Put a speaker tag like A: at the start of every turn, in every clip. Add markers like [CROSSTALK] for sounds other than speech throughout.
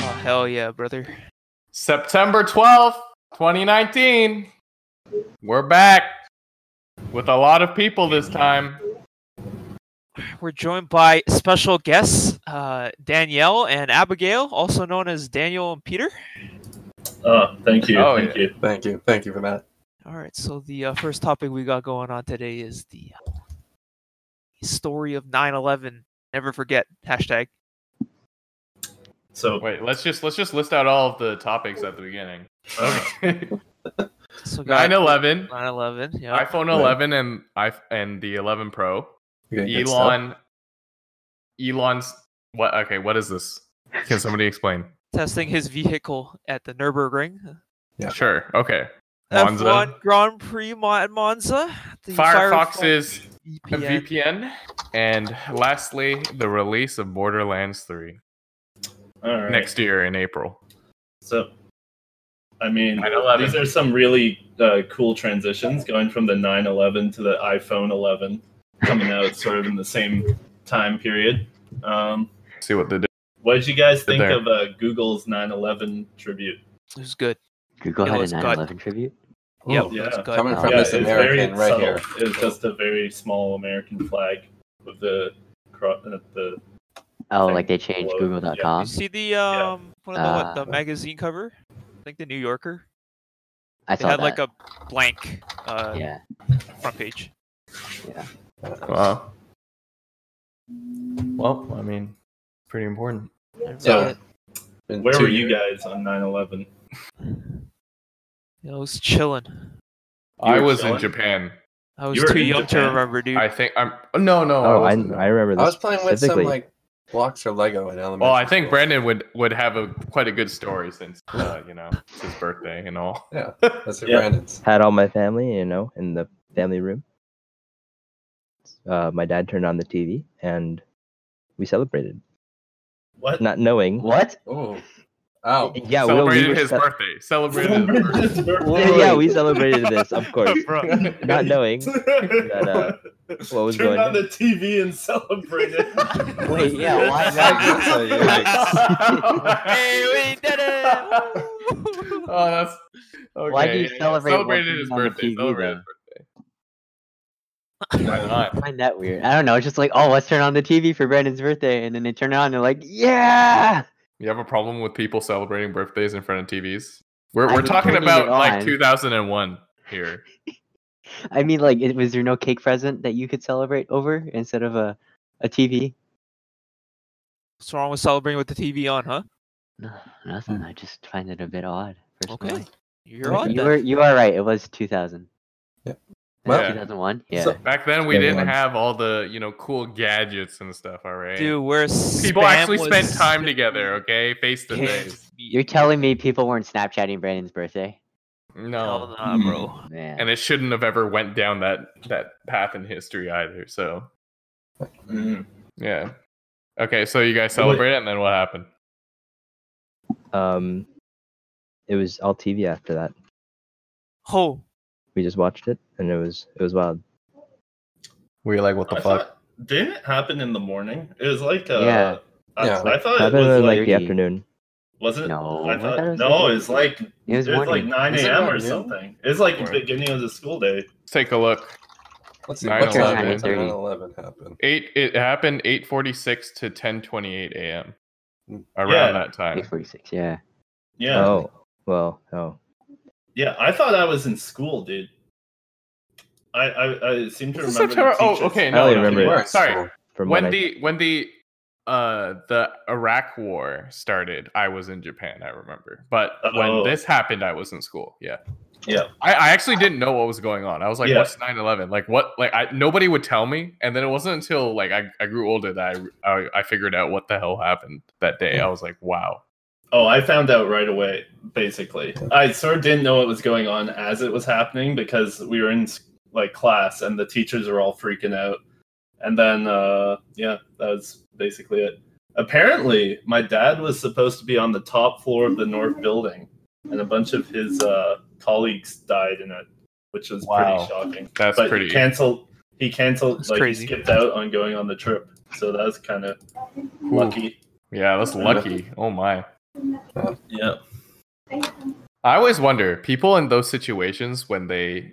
A: Oh, Hell yeah, brother.
B: September 12th, 2019. We're back with a lot of people this time.
A: We're joined by special guests, uh, Danielle and Abigail, also known as Daniel and Peter.
C: Oh, thank you.
B: Oh,
C: thank
B: yeah.
C: you.
D: Thank you. Thank you for that.
A: All right, so the uh, first topic we got going on today is the uh, story of 9 11. Never forget. Hashtag.
C: So,
B: Wait, let's just let's just list out all of the topics at the beginning.
C: uh,
B: [LAUGHS] 9/11,
A: So
B: 9/11,
A: 9 11. Yeah.
B: iPhone 11 and i and the 11 Pro.
D: You're getting good stuff.
B: Elon Elon's what okay, what is this? Can somebody explain?
A: Testing his vehicle at the Nürburgring.
D: Yeah.
B: [LAUGHS] Sure. Okay. Monza.
A: F1 Grand Prix Mon- at Monza. The
B: Firefox's
A: Firefox VPN.
B: VPN and lastly the release of Borderlands 3
C: all right.
B: next year in April.
C: So, I mean,
B: 9/11.
C: these are some really uh, cool transitions going from the 911 to the iPhone 11 coming out sort of in the same time period. Um,
B: See what they do.
C: what did you guys
B: Good
C: think
B: there.
C: of uh, Google's 911 tribute?
A: It was good.
E: Google
A: It
E: had a
A: was cut.
E: 9/11 tribute.
A: Yeah,
C: yeah.
A: it was good.
D: Coming from
C: yeah,
D: this
C: it's very
D: American right
C: subtle.
D: here.
C: It was just a very small American flag with the cro- uh, the
E: Oh,
C: Thing
E: like they changed
C: below- yeah.
A: You
E: Google.com.
A: see the um one of the, what, the
E: Uh,
A: magazine cover? I think the New Yorker.
E: I
A: It
E: saw
A: had
E: that.
A: like a blank uh,
E: yeah,
A: front page.
B: Wow. Well, I mean, pretty important.
D: So-
A: Yeah,
D: Been
C: Where
D: two
C: were you
D: years.
C: guys on 9/11?
A: it was chilling.
C: You
B: I
C: were
B: was in
C: chilling?
B: Japan.
A: I was
C: You were
A: too
C: in
A: young to
C: Japan.
A: remember, dude.
B: I think I'm. No, no.
F: Oh, I,
B: wasn't.
F: I remember
D: I was
F: this.
D: playing with some
F: Specifically-
D: like blocks or Lego in elementary.
C: Oh,
B: Well, I think
D: school.
B: Brandon would would have a quite a good story since uh, you know it's his birthday and all.
D: That's what
C: Yeah.
D: Brandon's.
F: Had all my family, you know, in the family room. Uh, my dad turned on the TV and we celebrated,
C: [LAUGHS] What?
F: not knowing.
E: what?
D: Oh, oh,
F: Yeah, well, we
B: celebrated
F: were
B: his
F: ce-
B: birthday. Celebrated.
E: [LAUGHS]
B: his birthday.
F: yeah,
C: yeah,
F: [LAUGHS] yeah, we celebrated this, of
B: [LAUGHS]
C: [LAUGHS]
F: course, not knowing. that, uh, what was
C: Turn
F: going
C: on
F: on.
C: the TV and celebrate it.
E: [LAUGHS] Wait, yeah, why
C: [LAUGHS]
E: not?
D: So you're
A: hey, we did it! Woo!
B: oh, that's. Okay.
E: Why do you
B: yeah, yeah.
E: celebrate
B: Celebrated
E: one
B: his
E: thing on the
B: birthday.
E: TV,
B: Celebrated his birthday. Why
E: [LAUGHS]
B: not?
E: I find that weird. I don't know. It's just like, oh, let's turn on the TV for Brandon's birthday, and then they turn it on. And they're like, yeah.
B: You have a problem with people celebrating birthdays in front of TVs? We're
E: I've
B: we're
E: been
B: talking
E: turning
B: about
E: it
B: like
E: on.
B: 2001 here.
E: I mean, like, it, was there no cake present that you could celebrate over instead of a, a TV?
A: What's wrong with celebrating with the TV on, huh?
E: No,
D: Hmm.
E: nothing. I just find it a bit odd.
A: Okay.
E: Personally.
A: You're on
E: You
A: then.
E: were you are right. It was 2000.
D: Yeah.
B: Well-
E: 2001. Yeah.
D: So-
B: Back then, we didn't
F: Everyone.
B: have all the you know cool gadgets and stuff. All right,
A: Dude, where
B: people
A: spam
B: actually
A: was
B: spent time together. Okay, face to face.
E: You're telling me people weren't Snapchatting Brandon's birthday?
A: Hell
B: No,
A: nah,
E: [CLEARS THROAT]
A: bro.
E: Man.
B: and it shouldn't have ever went down that that path in history either. So
C: Mm.
B: yeah, okay. So you guys
C: Well, wait.
B: celebrate it, and then what happened?
F: Um, it was all TV after that.
A: Oh,
F: We just watched it, and it was it was wild.
B: Were you like, what
C: I thought- didn't it happen in the morning? It was like uh,
E: Yeah.
C: I,
D: Yeah.
C: I thought it
F: Happened
C: was
F: in like
C: like,
F: the afternoon.
C: wasn't it?
E: No,
C: I
E: I
C: thought,
E: thought it was
C: no,
E: like-
C: it was like
E: it was
C: it was like
E: morning.
C: 9
D: Was it
C: a.m.
D: around
C: or
D: noon?
C: something. It's like
B: Or-
C: the beginning of the school day.
B: Let's take a look.
D: Let's see.
B: Nine
D: What
B: eleven.
D: time did 9
E: Thirty.
D: 11 happen?
B: Eight. It happened eight forty six to ten twenty eight a.m.
D: Mm.
B: Around
C: Yeah.
B: that time.
E: 46. Yeah.
C: Yeah,
F: Oh, well, oh,
C: yeah. I thought I was in school, dude. I I, I seem to
B: Was this
C: remember. the
B: September? Oh,
C: teachers.
B: okay.
F: I
B: No,
F: only
B: no,
F: remember
B: you
F: it.
B: were. Sorry.
F: from
B: when
F: what I,
B: the when the uh the Iraq War started, I was in Japan. I remember, but when
C: Oh.
B: this happened, I was in school. Yeah,
C: Yeah.
B: I, I actually didn't know what was going on. I was like,
C: Yeah.
B: "What's 9-11? Like what? Like I nobody would tell me." And then it wasn't until like I, I grew older that I, I I figured out what the hell happened that
C: Hmm.
B: day. I was like, "Wow."
C: Oh, I found out right away, basically. I sort of didn't know what was going on as it was happening because we were in like class and the teachers were all freaking out. And then uh yeah, that was basically it. Apparently, my dad was supposed to be on the top floor of the north building and a bunch of his uh colleagues died in it, which was
B: Wow.
C: pretty shocking.
B: That's
C: but
B: pretty.
C: he canceled he canceled
A: That's
C: like
A: crazy.
C: he skipped out on going on the trip. So that was kind of
B: Ooh.
C: lucky.
B: Yeah, that's lucky. Oh my.
C: Yeah.
B: I always wonder people in those situations when they,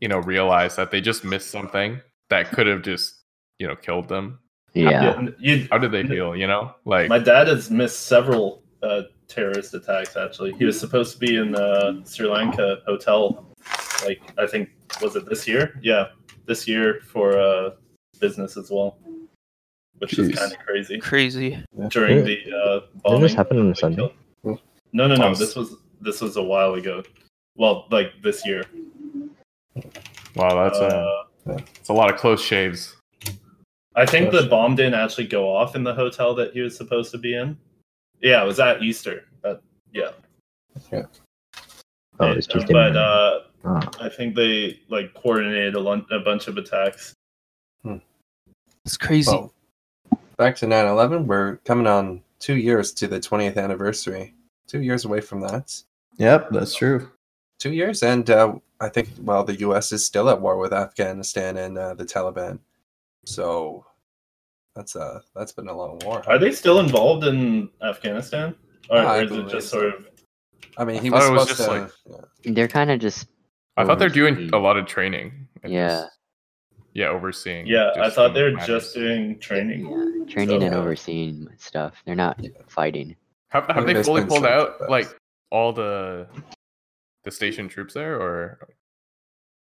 B: you know, realize that they just missed something that could have just, you know, killed them.
E: Yeah.
C: yeah. You,
B: How did they feel? You know, like
C: my dad has missed several uh, terrorist attacks. Actually, he was supposed to be in uh, Sri Lanka hotel. Like I think was it this year? Yeah, this year for uh, business as well, which
D: Jeez.
C: is kind of crazy.
A: Crazy.
C: During
F: Didn't-
C: the uh, bombing,
F: didn't this happen on a
C: like,
F: Sunday?
C: killed- No, no, no.
B: Oh,
C: This was this was a while ago. Well, like this year.
B: wow, that's a
C: Uh,
B: it's a lot of close shaves.
C: I think the bomb didn't actually go off in the hotel that he was supposed to be in. Yeah, it was at Easter. But
F: Oh, it's Tuesday.
C: but
F: morning.
C: uh,
F: Ah.
C: I think they like coordinated a, lun- a bunch of attacks.
A: It's crazy.
D: Well, back to 9 11. We're coming on two years to the 20th anniversary. Two years away from that.
G: Yep, that's true.
D: Two years. And uh, I think, well, the U.S. is still at war with Afghanistan and uh, the Taliban. So that's uh, that's been a long war.
C: Are they still involved in Afghanistan, or,
D: I
C: or is it
D: believe
C: just
D: so.
C: sort of?
D: I mean, he
B: I
D: was
B: thought it was
D: supposed to.
B: just
D: yeah.
E: They're kind of just.
B: I thought they're doing
F: Overseas.
B: a lot of training. and
E: Yeah.
B: just- yeah, overseeing.
C: Yeah, I
B: just
C: thought
B: in
C: they were
B: matters.
C: just doing training.
E: Yeah, training and
D: So- uh,
E: overseeing stuff. They're not
D: Yeah.
E: fighting.
B: Have, have
D: Like,
B: they
D: they
B: fully
D: spend
B: pulled
D: so much
B: out
D: of that.
B: like all the the station troops there, or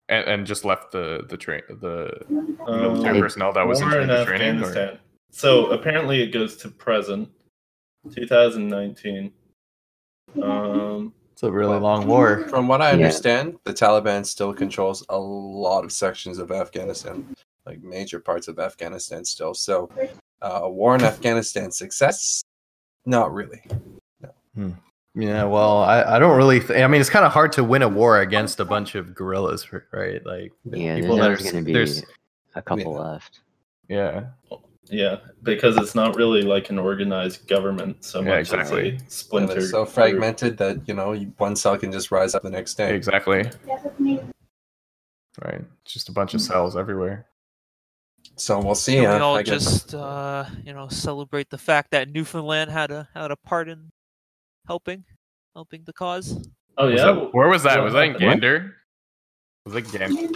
B: and, and just left the the train the military
C: Um,
B: personnel that was in
C: war
B: charge of training? Or,
C: Afghanistan. So apparently it goes to present, 2019. Um,
G: It's a really long war.
D: From what I
E: Yeah.
D: understand, the Taliban still controls a lot of sections of Afghanistan, like major parts of Afghanistan still. So, uh, war in Afghanistan success? Not really.
G: [LAUGHS] Yeah, well, I, I don't really. Th- I mean, it's kind of hard to win a war against a bunch of guerrillas, right? Like,
E: Yeah,
G: people
E: there's
G: that are
E: always
G: s-
E: going to be
G: there's-
E: a couple left.
B: yeah,
C: yeah, because it's not really like an organized government so
B: Yeah,
C: much
B: exactly.
C: as a
D: And
C: splinter.
D: they're so
C: group.
D: fragmented that you know you- one cell can just rise up the next day.
B: exactly. Right, just a bunch of cells everywhere.
D: So we'll see.
A: Can
D: huh?
A: we all
D: I guess.
A: just uh, you know celebrate the fact that Newfoundland had a had a part in helping helping the cause?
C: Oh
B: Was
C: yeah,
B: that- where was that?
C: What
B: Was that in
C: happened?
B: Gander? Was it Gander,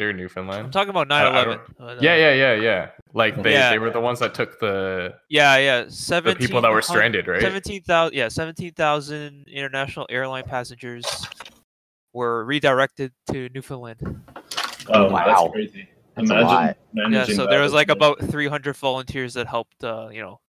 A: I'm
B: Newfoundland?
A: talking about 9/11. but, uh,
B: Yeah, yeah, yeah, yeah. Like they,
A: Yeah.
B: they were the ones that took the
A: yeah, yeah.
B: the
A: Seventeen
B: people that were
A: hun-
B: stranded, right?
A: Seventeen thousand, yeah, seventeen thousand international airline passengers were redirected to Newfoundland.
C: oh,
E: Wow.
C: that's crazy.
E: That's a
C: Imagine
E: lot.
C: managing
A: Yeah, so
C: that
A: there was
C: as
A: like
C: well.
A: about three hundred volunteers that helped. Uh, you know,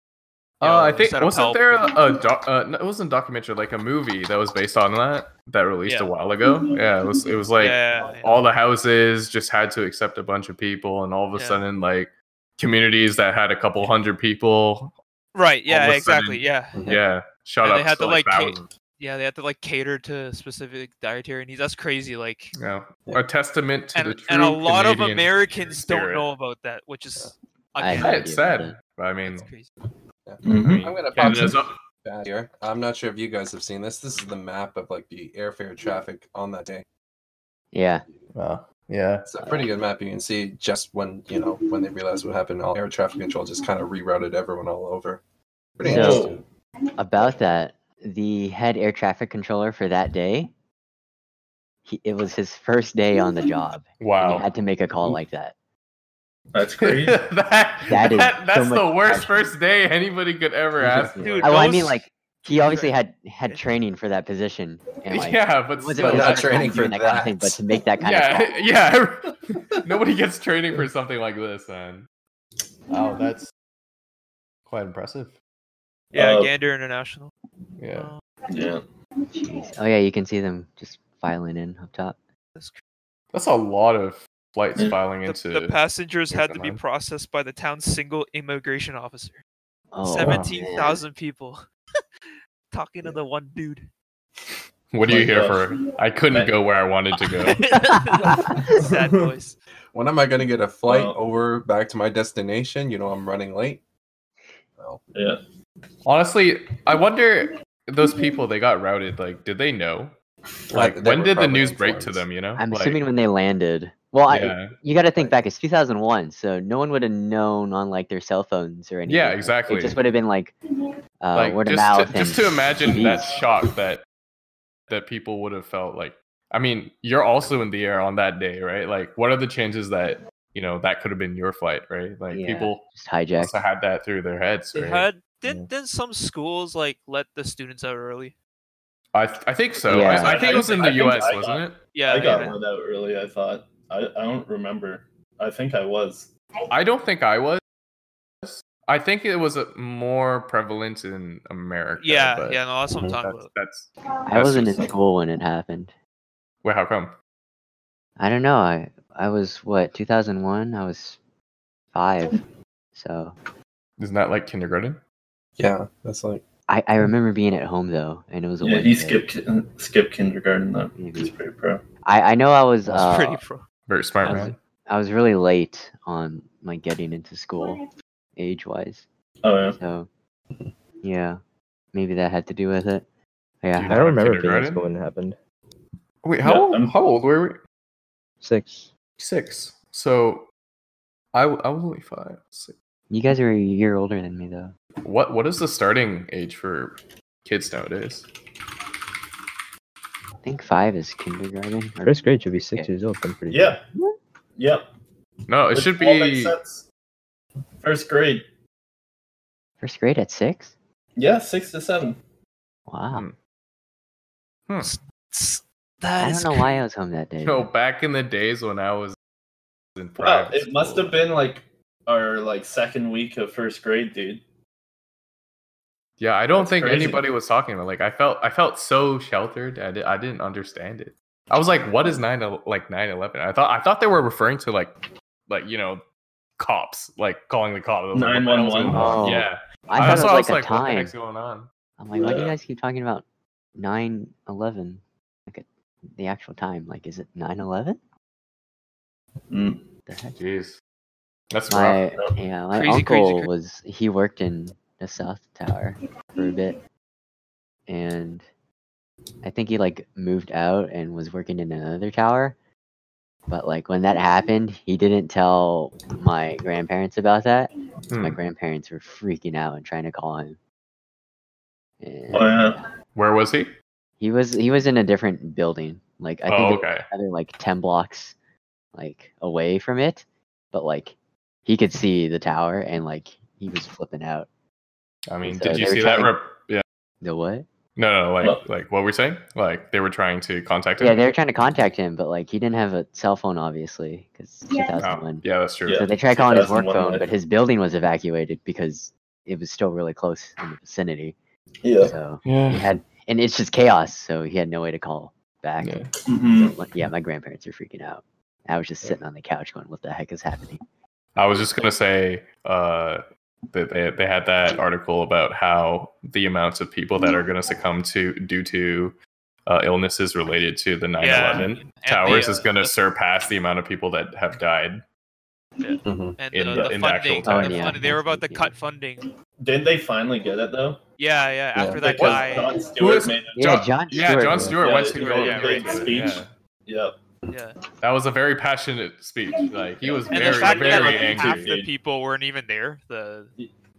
A: you
B: Uh, I
A: know,
B: think
A: set up
B: wasn't
A: help
B: there
A: and-
B: a, a doc, uh, no, it wasn't a documentary like a movie that was based on that that released a
A: Yeah.
B: while ago.
A: Mm-hmm.
B: Yeah, it was it was like
A: yeah, yeah.
B: all the houses just had to accept a bunch of people, and all of a
A: Yeah.
B: sudden like communities that had a couple hundred people,
A: right? Yeah,
B: of a
A: exactly.
B: sudden-
A: yeah,
B: yeah, shot
A: And
B: up.
A: they had
B: to,
A: to,
B: like,
A: like, ca-
B: thousands.
A: yeah. They had to like cater to specific dietary needs. That's crazy. Like,
B: Yeah. a testament to the
A: and,
B: true
A: and a lot of
B: Canadian
A: Americans
B: spirit.
A: don't know about that, which is
E: I
A: again,
B: Yeah,
E: have
B: it's
E: idea
B: sad.
E: about
B: But I mean,
A: that's crazy.
B: I
C: Mm-hmm.
B: mean,
D: I'm gonna pop
B: Canada's
D: some
B: up-
D: bad here. I'm not sure if you guys have seen this. This is the map of like the airfare traffic on that day.
E: Yeah.
G: wow. Yeah.
D: It's a pretty good map. You can see just when you know when they realized what happened. All air traffic control just kind of rerouted everyone all over. Pretty
E: So-
D: interesting.
E: About that, the head air traffic controller for that day, he, it was his first day on
B: Mm-hmm.
E: the job. And he
B: wow. [LAUGHS]
E: had to make a
B: Mm-hmm.
E: call like that.
C: That's crazy.
B: that, that,
E: That is so
B: that's
E: much
B: the worst
E: passion.
B: first day anybody could ever ask. for.
A: Dude,
E: Oh, I, well, I mean,
A: those-
E: like, he obviously had had training for that position.
B: [LAUGHS]
E: And, like,
B: yeah, but
E: wasn't-
B: still,
D: But
E: wasn't
D: not
E: just
D: training for
E: doing kind of thing,
D: that.
E: but to make that kind of call.
B: [LAUGHS] yeah, yeah. [LAUGHS] Nobody gets training for something like this, man.
E: Oh,
G: Wow, that's quite impressive.
A: Yeah,
C: Uh,
A: Gander International.
B: Yeah.
A: Uh,
C: yeah.
E: Jeez. Oh yeah, you can see them just filing in up top.
A: that's cr-
B: That's a lot of flights
C: Yeah.
B: filing
A: the,
B: into.
A: the passengers had to be
B: Newfoundland.
A: processed by the town's single immigration officer.
E: Oh,
A: Seventeen
E: man.
A: thousand people [LAUGHS] talking to the one dude.
B: what do you hear
C: Yeah.
B: for? I couldn't
C: But-
B: go where I wanted to go.
A: [LAUGHS]
E: [LAUGHS]
A: Sad voice.
D: When am I going to get a flight
C: Well-
D: over back to my destination? You know, I'm running late.
B: Honestly, I wonder those people they got routed. Like, did they know? Like,
D: Well, they
B: when
D: were
B: did the
D: probably
B: news break to
D: informed.
B: them? You know,
E: I'm
B: like,
E: assuming when they landed. Well, I,
B: Yeah.
E: you got to think back. It's 2001, so no one would have known on like their cell phones or anything.
B: Yeah,
E: Like,
B: exactly.
E: It just would have been like uh,
B: like
E: word of
B: just
E: mouth.
B: to, just
E: and
B: to imagine
E: [LAUGHS]
B: that
E: CDs.
B: shock that that people would have felt. Like, I mean, you're also in the air on that day, right? Like, what are the chances that you know that could have been your flight, right? Like,
E: Yeah.
B: people
E: Just hijacked.
B: must have had that through their heads.
A: They
B: right?
A: had didn't didn't some schools like let the students out early?
B: I, th- I think so.
E: Yeah.
B: I, I think it was in
C: I
B: the
C: think
B: U.S.,
C: I
B: wasn't
C: got-
B: it?
A: Yeah,
C: I got
A: yeah.
C: one out early. I thought. I, I don't remember. I think I was.
B: I don't think I was. I think it was uh, more prevalent in America.
A: yeah,
B: but
A: yeah, No, that's
B: [LAUGHS]
A: what I'm talking
B: That's,
A: about.
B: that's
E: I
B: that's
E: wasn't in
B: just-
E: school when it happened.
B: wait. How come?
E: I don't know. I I was what 2001. I was five, so
B: Isn't that like kindergarten?
D: Yeah, that's like
E: I I remember being at home though, and it was a
C: Yeah,
E: Wednesday.
C: he skipped kin- skipped kindergarten though. He's
E: Maybe.
C: pretty pro.
E: I I know I was
A: That's
E: uh,
A: pretty pro.
B: Very smart
E: I was-
B: man.
E: I was really late on like getting into school, age wise.
C: Oh yeah.
E: So yeah, maybe that had to do with it.
B: Do you
E: Yeah,
B: know-
F: I don't remember being in
B: Kindergarten?
F: school when it happened.
B: Wait,
C: Yeah,
B: how
C: I'm-
B: old, how old were we?
F: Six.
B: Six. So, I w- I was only five. Six.
E: you guys are a year older than me though.
B: What what is the starting age for kids nowadays?
E: I think five is kindergarten. or-
F: First grade should be six
E: Okay.
F: years old. I'm pretty sure.
C: Yeah. Yep.
B: No, it
C: Which
B: should
C: all makes
B: be.
C: sense. first grade.
E: First grade at six?
C: Yeah, six to seven.
E: Wow.
B: Hmm.
A: Tss,
E: I
A: That
E: don't
A: is
E: know why I was home that day.
B: You know,
E: though.
B: Hmm. back in the days when I was in
C: Wow,
B: private
C: it must
B: school.
C: have been like our like second week of first grade, dude.
B: Yeah, I don't
C: That's
B: think
C: crazy.
B: anybody was talking about. Like, I felt I felt so sheltered. I, di- I didn't understand it. I was like, "What is nine el- like nine eleven? I thought I thought they were referring to like like you know cops like calling the cops. I was like, what the hell's
C: 911.
B: going on?
E: Oh.
B: Yeah,
E: I thought
B: also-
E: it was like a
B: I What the
E: time.
B: heck's going on?
E: I'm like, why do you
C: Yeah.
E: guys keep talking about 9 11? Like a, the actual time. Like, is it 9 11?
C: Mm.
E: The heck?
B: Jeez, that's
E: My,
B: rough.
E: yeah, my
A: Crazy, crazy,
E: uncle
A: crazy.
E: was, he worked in the South Tower for a bit. And I think he, like, moved out and was working in another tower. But, like, when that happened, he didn't tell my grandparents about that. So my
B: Hmm.
E: grandparents were freaking out and trying to call him. And-
C: Oh yeah.
B: Where was he?
E: He was he was in a different building. Like I think
B: Oh,
E: it was
B: okay.
E: either like ten blocks like away from it, but like he could see the tower and like he was flipping out.
B: I mean,
E: so
B: did you
E: they were
B: see that?
E: trying-
B: Rep- yeah.
E: The what?
B: No, no, like
C: Well-
B: like what we're saying. Like they were trying to contact him.
E: Yeah, they were trying to contact him, but like he didn't have a cell phone obviously because
H: Yeah.
B: Oh,
E: 2001.
B: yeah, that's true.
C: Yeah.
E: So they tried calling his work
C: 2001,
E: phone, but
C: right?
E: his building was evacuated because it was still really close in the vicinity.
C: Yeah.
E: So he
B: yeah.
E: had and it's just chaos, so he had no way to call back.
B: Yeah.
C: hmm
E: So, like, yeah, my grandparents are freaking out. I was just sitting on the couch going, "What the heck is happening?"
B: I was just gonna say uh, that they, they had that article about how the amounts of people that are gonna succumb to due to uh, illnesses related to the 9/11
A: the,
B: towers is
A: uh,
B: gonna
A: the-
B: surpass the amount of people that have died.
D: mhm.
A: and
B: in
A: the,
B: the-
A: the
B: in the actual
A: funding.
B: time.
A: the
E: Oh, yeah,
A: funding- They were
E: that's
A: about to
E: it,
A: cut
E: yeah.
A: funding.
C: Didn't they finally get it though?
A: Yeah, yeah.
D: Yeah.
A: After that
C: Because
A: guy,
C: John
B: Who
C: Stewart
B: is-
C: made it.
E: Yeah, John
B: yeah,
E: Stewart
B: John
E: was-
B: Stewart
C: Yeah,
B: went to
C: Stewart,
B: go
A: yeah,
B: and read
A: great
B: it,
C: speech.
B: yeah.
C: Yep.
A: yeah.
B: That was a very passionate speech. Like he was
A: And
B: very,
A: the fact
B: very
A: that like half
B: angry.
A: the people weren't even there. The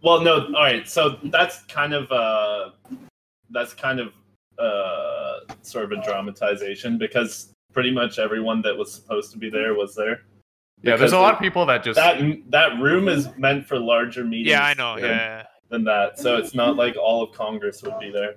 C: Well, no. All right. So that's kind of uh, that's kind of uh, sort of a dramatization because pretty much everyone that was supposed to be there was there.
B: Yeah, there's
C: because
B: a lot of people that just
C: That that room is meant for larger meetings.
A: yeah, I know.
C: than-
A: Yeah, yeah.
C: than that. So it's not like all of Congress would be there.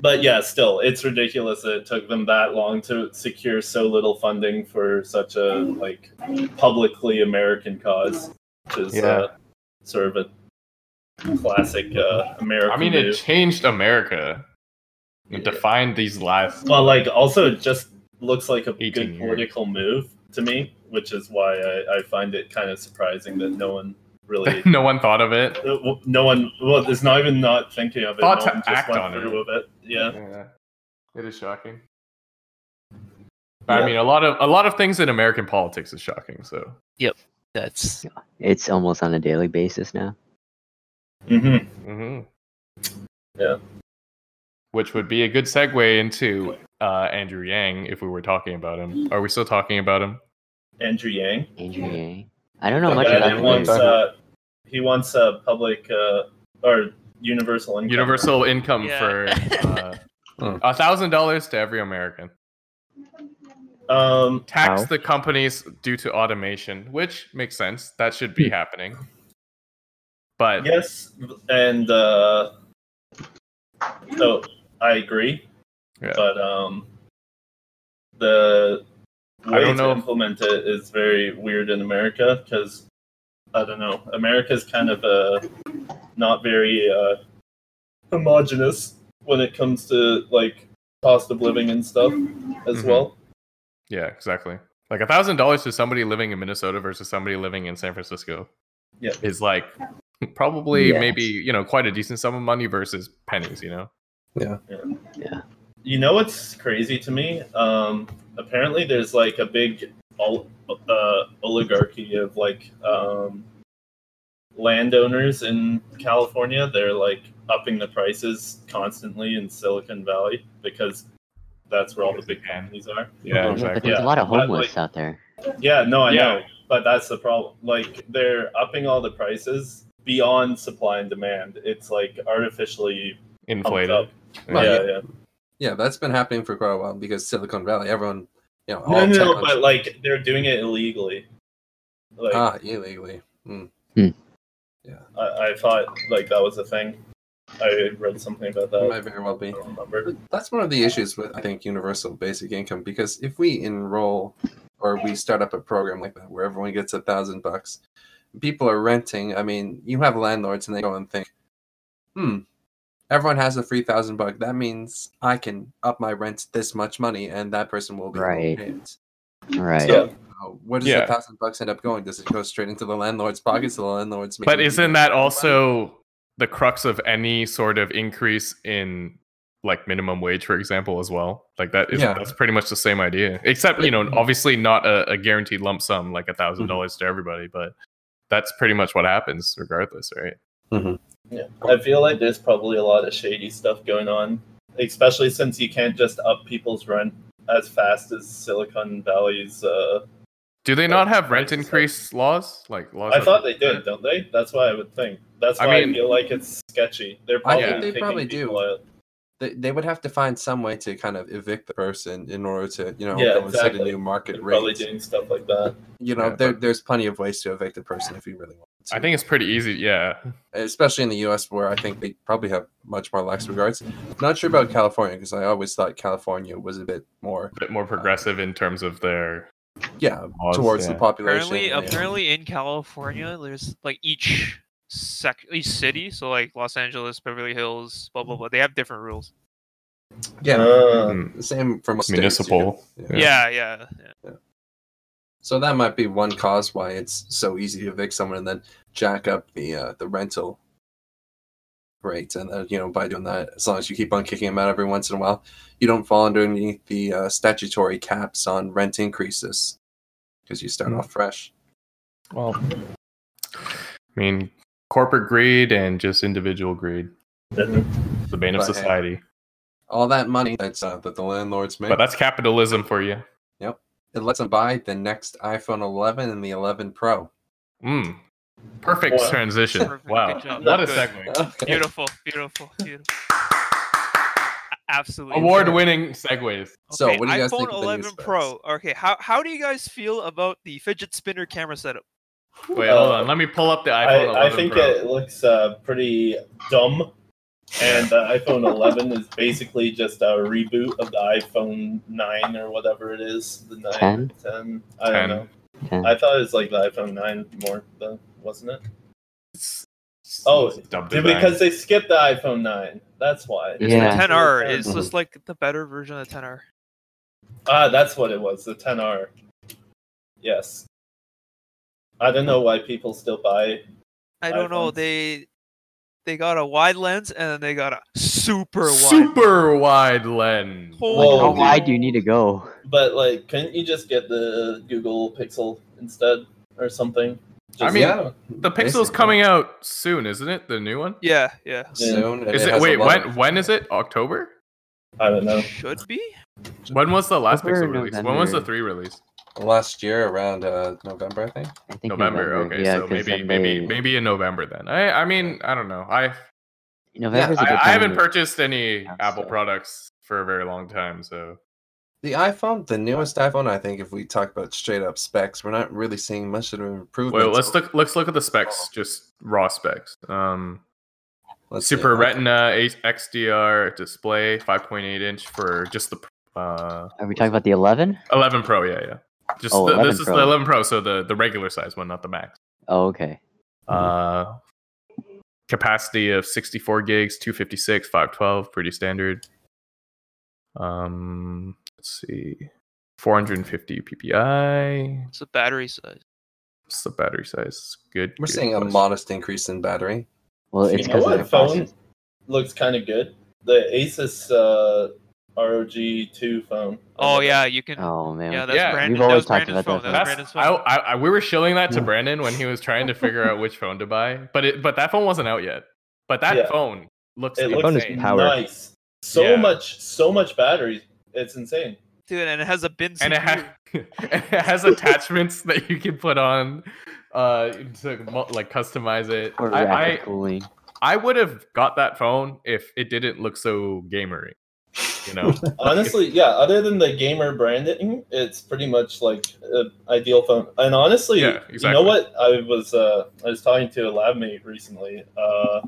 C: But yeah, still, it's ridiculous that it took them that long to secure so little funding for such a like publicly American cause, which is
B: Yeah.
C: uh, sort of a classic uh, American.
B: I mean, it
C: move.
B: changed America. It
C: Yeah.
B: defined these lives. [LAUGHS]
C: well, like also it just looks like a
B: 18
C: good
B: years.
C: political move to me, which is why I, I find it kind of surprising that no one
B: [LAUGHS]
C: really.
B: no one thought of it.
C: No Uh, no one, well, there's not even not thinking of it.
B: Thought
C: no
B: to
C: one just
B: act
C: went
B: on it.
C: through with it. Yeah.
B: Yeah. It is shocking.
C: Yeah.
B: I mean, a lot of a lot of things in American politics is shocking. So
A: that's
E: It's almost on a daily basis now.
A: Mm-hmm.
C: hmm
B: Mhm.
C: Yeah.
B: which would be a good segue into uh, Andrew Yang if we were talking about him. Are we still talking about him?
C: Andrew Yang.
E: Andrew Yang. I don't know much
C: Yeah,
D: Okay,
E: about
C: he
E: him.
C: wants
D: Wang.
C: uh, he wants uh, public uh, or universal income.
B: Universal income
A: Yeah.
C: [LAUGHS]
B: for uh,
D: Hmm.
B: a thousand dollars to every American.
C: Um,
B: Tax
F: Ouch.
B: the companies due to automation, which makes sense. That should be happening. But
C: yes, and uh, so I agree,
B: Yeah.
C: but um, the way
B: I don't know
C: to
B: if-
C: implement it is very weird in America because I don't know. America's kind of uh, not very uh, homogenous when it comes to like cost of living and stuff as
B: Mhm.
C: well.
B: yeah, exactly. Like a thousand dollars to somebody living in Minnesota versus somebody living in San Francisco.
C: Yeah.
B: Is like probably
E: Yes.
B: maybe, you know, quite a decent sum of money versus pennies, you know?
C: You know what's crazy to me? Um, apparently, there's like a big ol- uh, oligarchy of like um, landowners in California. They're like upping the prices constantly in Silicon Valley because that's where all the big companies are.
B: Yeah,
E: Oh, no, but
B: exactly.
E: there's a lot of
C: Yeah, but,
E: homeless
C: like-
E: out there.
C: Yeah, no, I
B: Yeah.
C: know, but that's the problem. Like they're upping all the prices beyond supply and demand. It's like artificially pumped
B: Inflated.
C: up.
D: Well,
C: Yeah, yeah.
D: Yeah, that's been happening for quite a while because Silicon Valley, everyone,
B: [LAUGHS]
D: you know, all
C: No,
D: tech
C: no, no,
D: companies-
C: but like they're doing it illegally. Like
D: ah, illegally.
C: I, I thought, like that was a thing. I read something about
D: It
C: that.
D: might very well
C: I
D: be.
C: don't remember.
D: But that's one of the issues with I think universal basic income because if we enroll or we start up a program like that where everyone gets a thousand bucks, people are renting. I mean, you have landlords and they go and think, hmm, everyone has a free thousand buck. That means I can up my rent this much money, and that person will be able to
E: Right.
D: pay it.
E: Right.
C: So-
D: Uh, where does
B: Yeah.
D: the thousand bucks end up going? Does it go straight into the landlord's pockets? The landlord's
B: But
D: making-
B: isn't that also the crux of any sort of increase in like minimum wage, for example, as well? Like that is
D: Yeah.
B: that's pretty much the same idea. Except, you know, obviously not a, a guaranteed lump sum, like a thousand
D: Mhm.
B: dollars to everybody, but that's pretty much what happens regardless, right?
C: Yeah. I feel like there's probably a lot of shady stuff going on, especially since you can't just up people's rent as fast as Silicon Valley's. Uh,
B: Do they not have rent
C: Right, so-
B: increase laws? Like laws
C: I
B: that-
C: thought they did, don't they? That's why I would think. That's
B: I
C: why I,
B: mean-
C: feel like it's sketchy. They're
D: I
C: probably
D: think they
C: taking
D: probably do.
C: people out.
D: they, they would have to find some way to kind of evict the person in order to you know
C: Yeah,
D: go and set a
C: exactly.
D: new market
C: They're probably
D: rate.
C: doing stuff like that.
D: You know,
B: Yeah.
D: there, there's plenty of ways to evict a person if you really want. To.
B: I think it's pretty e- easy, yeah.
D: especially in the U.S., where I think they probably have much more lax regards. Not sure about California because I always thought California was a bit more
B: A bit more progressive in terms of their
D: yeah
B: Laws,
D: towards
B: yeah.
D: the population.
A: apparently
D: yeah.
A: apparently in california there's like each sec each city so like los angeles beverly hills blah blah blah they have different rules
D: yeah,
C: Uh,
B: mm,
D: the same from most states, you
B: municipal.
D: could-
A: yeah
D: yeah.
A: yeah, yeah.
D: So that might be one cause why it's so easy to evict someone and then jack up the uh, the rental rate, and then you know by doing that, as long as you keep on kicking them out every once in a while, you don't fall underneath the uh, statutory caps on rent increases because you
B: Hmm.
D: start off fresh.
B: Well, I mean, corporate greed and just individual greed, the bane of
D: But, hey,
B: society.
D: All that money that's uh, that the landlords make,
B: But that's capitalism for you.
D: it lets them buy the next iPhone 11 and the 11 Pro.
B: Mm. Perfect
C: Wow.
B: transition.
A: Perfect.
B: Wow.
A: Good job.
B: What a
A: Good.
B: segment.
D: Okay.
A: beautiful beautiful beautiful A- absolutely
B: Award winning segues.
D: So, what do you guys
A: iPhone
D: think of the new
A: 11
D: specs?
A: Pro. Okay, how how do you guys feel about the fidget spinner camera setup?
B: Wait,
C: Uh,
B: hold on. Let me pull up the iPhone 11
C: I, I think
B: Pro.
C: it looks uh, pretty dumb, and the iPhone 11 is basically just a reboot of the iPhone 9 or whatever it is. The 9, 10,
E: 10?
C: I
B: 10.
C: don't
E: Ten.
C: know. I thought it was like the iPhone 9 more, though, wasn't it?
B: It's- it's
C: Oh,
B: dubbed
C: Dude,
B: design.
C: because they skipped the iPhone 9. That's why.
E: It's Yeah.
A: 10R is
C: Mm-hmm.
A: just like the better version of 10R.
C: Ah, that's what it was. The 10R. Yes. I don't know why people still buy.
A: I don't know.
C: iPhones.
A: They they got a wide lens and then they got a super wide.
B: super wide lens.
E: Like,
C: Whoa,
E: how
C: dude.
E: wide do you need to go?
C: But like, couldn't you just get the Google Pixel instead or something? Just
B: I mean,
D: yeah,
B: The Pixel's
D: basically.
B: coming out soon, isn't it? The new one?
A: Yeah, yeah.
C: Yeah.
D: soon. and
B: Is
D: it
B: it,
D: has a
B: wait,
D: lot
B: when
D: of-
B: when is it? October?
C: I don't know.
A: Should be.
B: When was the last
E: Over
B: Pixel release? When was the three release?
D: Last year, around uh, November, I think.
E: I think
B: November. Okay,
E: yeah,
B: so
E: 'cause
B: maybe
E: then
B: maybe
E: they-
B: maybe in November then. I I mean I don't know. I
E: November's a
B: I,
E: good
B: I haven't
E: time to-
B: purchased any
E: Yeah,
B: Apple
E: so-
B: products for a very long time, so
D: The iPhone, the newest iPhone, I think. If we talk about straight up specs, we're not really seeing much of an improvement.
B: Wait, let's look. Let's look at the specs. Just raw specs. Um,
D: Let's see.
B: Super Retina H- XDR display, 5.8 inch for just the uh,
E: Are we talking about the 11?
B: 11 Pro. Yeah, yeah. Just
E: Oh,
B: the,
E: 11
B: this is
E: Pro.
B: the 11 Pro, so the the regular size one, not the max.
E: Oh, okay.
B: Uh, capacity of 64 gigs, 256, 512, pretty standard. Um, let's see, 450 PPI.
A: It's the battery size.
B: What's the battery size? Good.
D: We're
B: good
D: seeing a
B: question.
D: modest increase in battery.
E: Well,
D: You
E: it's
D: know
E: because
D: what,
E: of the
C: phone?
E: process.
C: Looks kind of good. The Asus uh, ROG two phone.
A: Oh yeah, you can.
E: Oh man.
A: yeah,
E: we-
A: that's
B: Yeah.
A: Brandon.
E: We've
A: that
E: always
A: was
E: talked
A: Brandon's
E: about
A: phone. was
E: that phone.
A: Brandon's
B: That's,
A: phone.
B: I, I, I- we were shilling that to Brandon when he was trying to figure out which phone to buy, but it, but that phone wasn't out yet. But that
C: Yeah.
B: phone looks
C: It
F: phone is
B: insane.
C: looks
F: powered.
C: nice. So
B: Yeah.
C: much, so much battery. It's insane.
A: Dude, and it has a bin.
B: [LAUGHS] and it has
A: CPU.
C: [LAUGHS]
B: and [LAUGHS] it has attachments that you can put on uh to mo- like customize it.
E: Or
B: I, I
E: rapid cooling.
B: I would have got that phone if it didn't look so gamery. You
C: [LAUGHS]
B: know,
C: Honestly, yeah. Other than the gamer branding, it's pretty much like an ideal phone. And honestly,
B: Yeah,
C: you
B: exactly.
C: know what? I was uh, I was talking to a lab mate recently. Uh,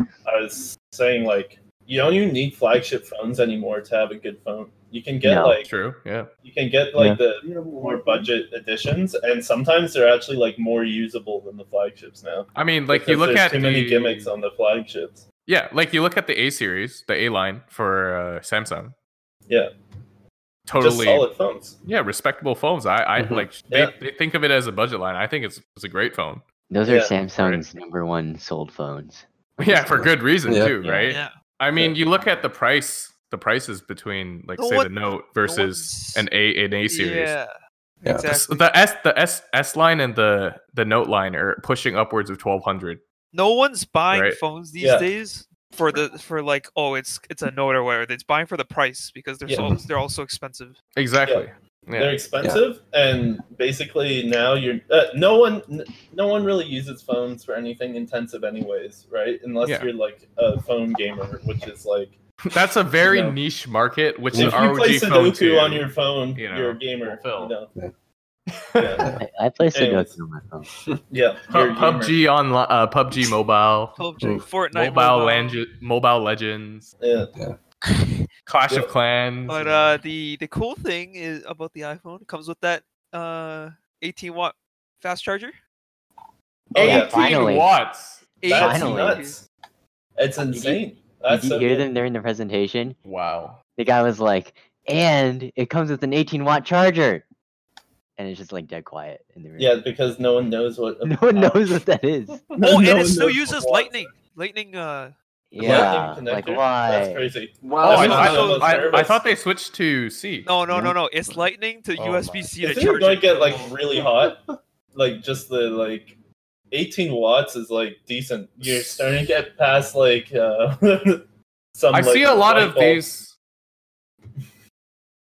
C: I was saying like, you don't even need flagship phones anymore to have a good phone. You can get
E: No.
C: like
B: true. Yeah,
C: you can get like the more budget editions, and sometimes they're actually like more usable than the flagships now.
B: I mean, like you
C: because
B: look
C: there's
B: at
C: too many
B: the-
C: gimmicks on the flagships.
B: Yeah, like you look at the A series, the A line for uh, Samsung.
C: Yeah.
B: Totally.
C: Just solid phones.
B: Yeah, respectable phones. I, I
D: Mhm.
B: like
C: Yeah.
B: they, they think of it as a budget line. I think it's it's a great phone.
E: Those are
C: Yeah.
E: Samsung's number one sold phones.
B: Yeah, for good reason
D: Yeah.
B: too,
E: Yeah.
B: right?
A: Yeah.
B: I mean, you look at the price, the prices between like
A: No
B: say the
A: one-
B: Note versus
A: one's-
B: an A an A series.
A: Yeah.
B: The
D: Yeah.
B: s-
A: Exactly.
B: The S the S S line and the the Note line are pushing upwards of twelve hundred.
A: No one's buying
B: Right.
A: phones these
C: Yeah.
A: days for the for like oh it's it's a note or whatever. It's buying for the price because they're
C: Yeah.
A: so they're all so expensive.
B: Exactly.
C: They're
B: Yeah.
C: expensive, and basically now you're uh, no one, n- no one really uses phones for anything intensive, anyways, right? Unless
B: Yeah.
C: you're like a phone gamer, which is like
B: [LAUGHS] That's a very
C: No.
B: niche market, which
C: if
B: an
C: you
B: ROG
C: play
B: phone
C: Sudoku
B: too.
C: on your phone, you
B: you know,
C: are a gamer. You
B: fulfill.
C: know?
E: I, I play
C: Anyways.
E: Sudoku on my phone.
C: Yeah,
B: Pu-
C: you're a gamer.
B: PUBG on uh,
A: [LAUGHS]
B: PUBG Mobile,
A: PUBG,
D: Oof.
A: Fortnite,
B: Mobile, Legi- Mobile Legends,
C: Yeah. Oh,
A: [LAUGHS]
B: Clash
C: Yeah.
B: of Clans.
A: But uh, the the cool thing is about the iPhone it comes with that uh 18 watt fast charger.
C: Oh,
B: 18
C: yeah.
E: finally.
B: watts.
C: That's
A: 18.
E: Finally.
C: nuts. It's
E: you-
C: insane.
E: Did
C: That's
E: you
C: so
E: hear
C: good.
E: them during the presentation?
B: Wow.
E: The guy was like, "And it comes with an 18 watt charger," and it's just like dead quiet in the room.
C: Yeah, because no one knows what.
E: [LAUGHS] no one knows
C: [LAUGHS]
E: what that is.
C: No
A: Oh, and
C: one
A: it still
C: knows
A: uses
C: what-
A: lightning. Lightning. Uh,
E: [LAUGHS] Yeah,
C: Lightning
E: like
C: connector?
E: why?
C: That's crazy.
B: Oh,
C: That's
B: I,
C: what
B: I-
C: I'm most
B: I- I
C: nervous.
B: thought they switched to C.
A: no, no, no, no. It's lightning to
B: Oh my.
A: USB C to
C: Isn't it
A: charge.
C: going to
A: it.
C: get like really hot? Like just the like, eighteen watts is like decent. You're starting to get past like uh, [LAUGHS] some.
B: I
C: like,
B: see a lot of
C: light bulb.
B: these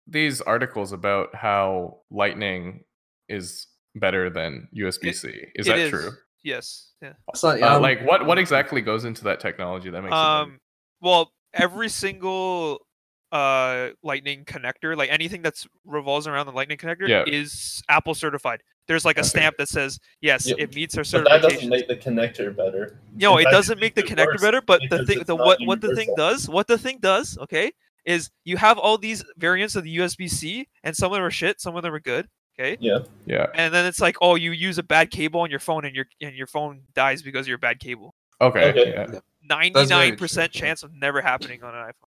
B: these articles about how Lightning is better than USB-C. Is
A: It
B: that true?
A: Yes. Yeah.
D: It's not-
B: Uh,
D: um,
B: like what what exactly goes into that technology that makes
A: Um. Well, every single uh lightning connector, like anything that's revolves around the lightning connector,
B: Yeah.
A: is Apple certified. There's like a
B: Okay.
A: stamp that says yes,
C: Yeah,
A: it meets our
C: But that doesn't
A: certification.
C: make the connector better.
A: No,
C: In
A: it
C: fact, it
A: doesn't make the
C: makes it
A: connector
C: worse
A: better, but the
C: because
A: thing,
C: it's
A: the
C: not
A: what, what the thing
C: universal.
A: does, what the thing does, okay, is you have all these variants of the USB C, and some of them are shit, some of them are good, okay,
B: it better?
A: and then it's like, oh, you use a bad cable on your phone, and your and your phone dies because of your bad cable.
B: Yeah. Okay.
C: Okay.
B: yeah.
A: Ninety
D: very
A: nine percent
D: true, yeah.
A: chance of never happening on an iPhone.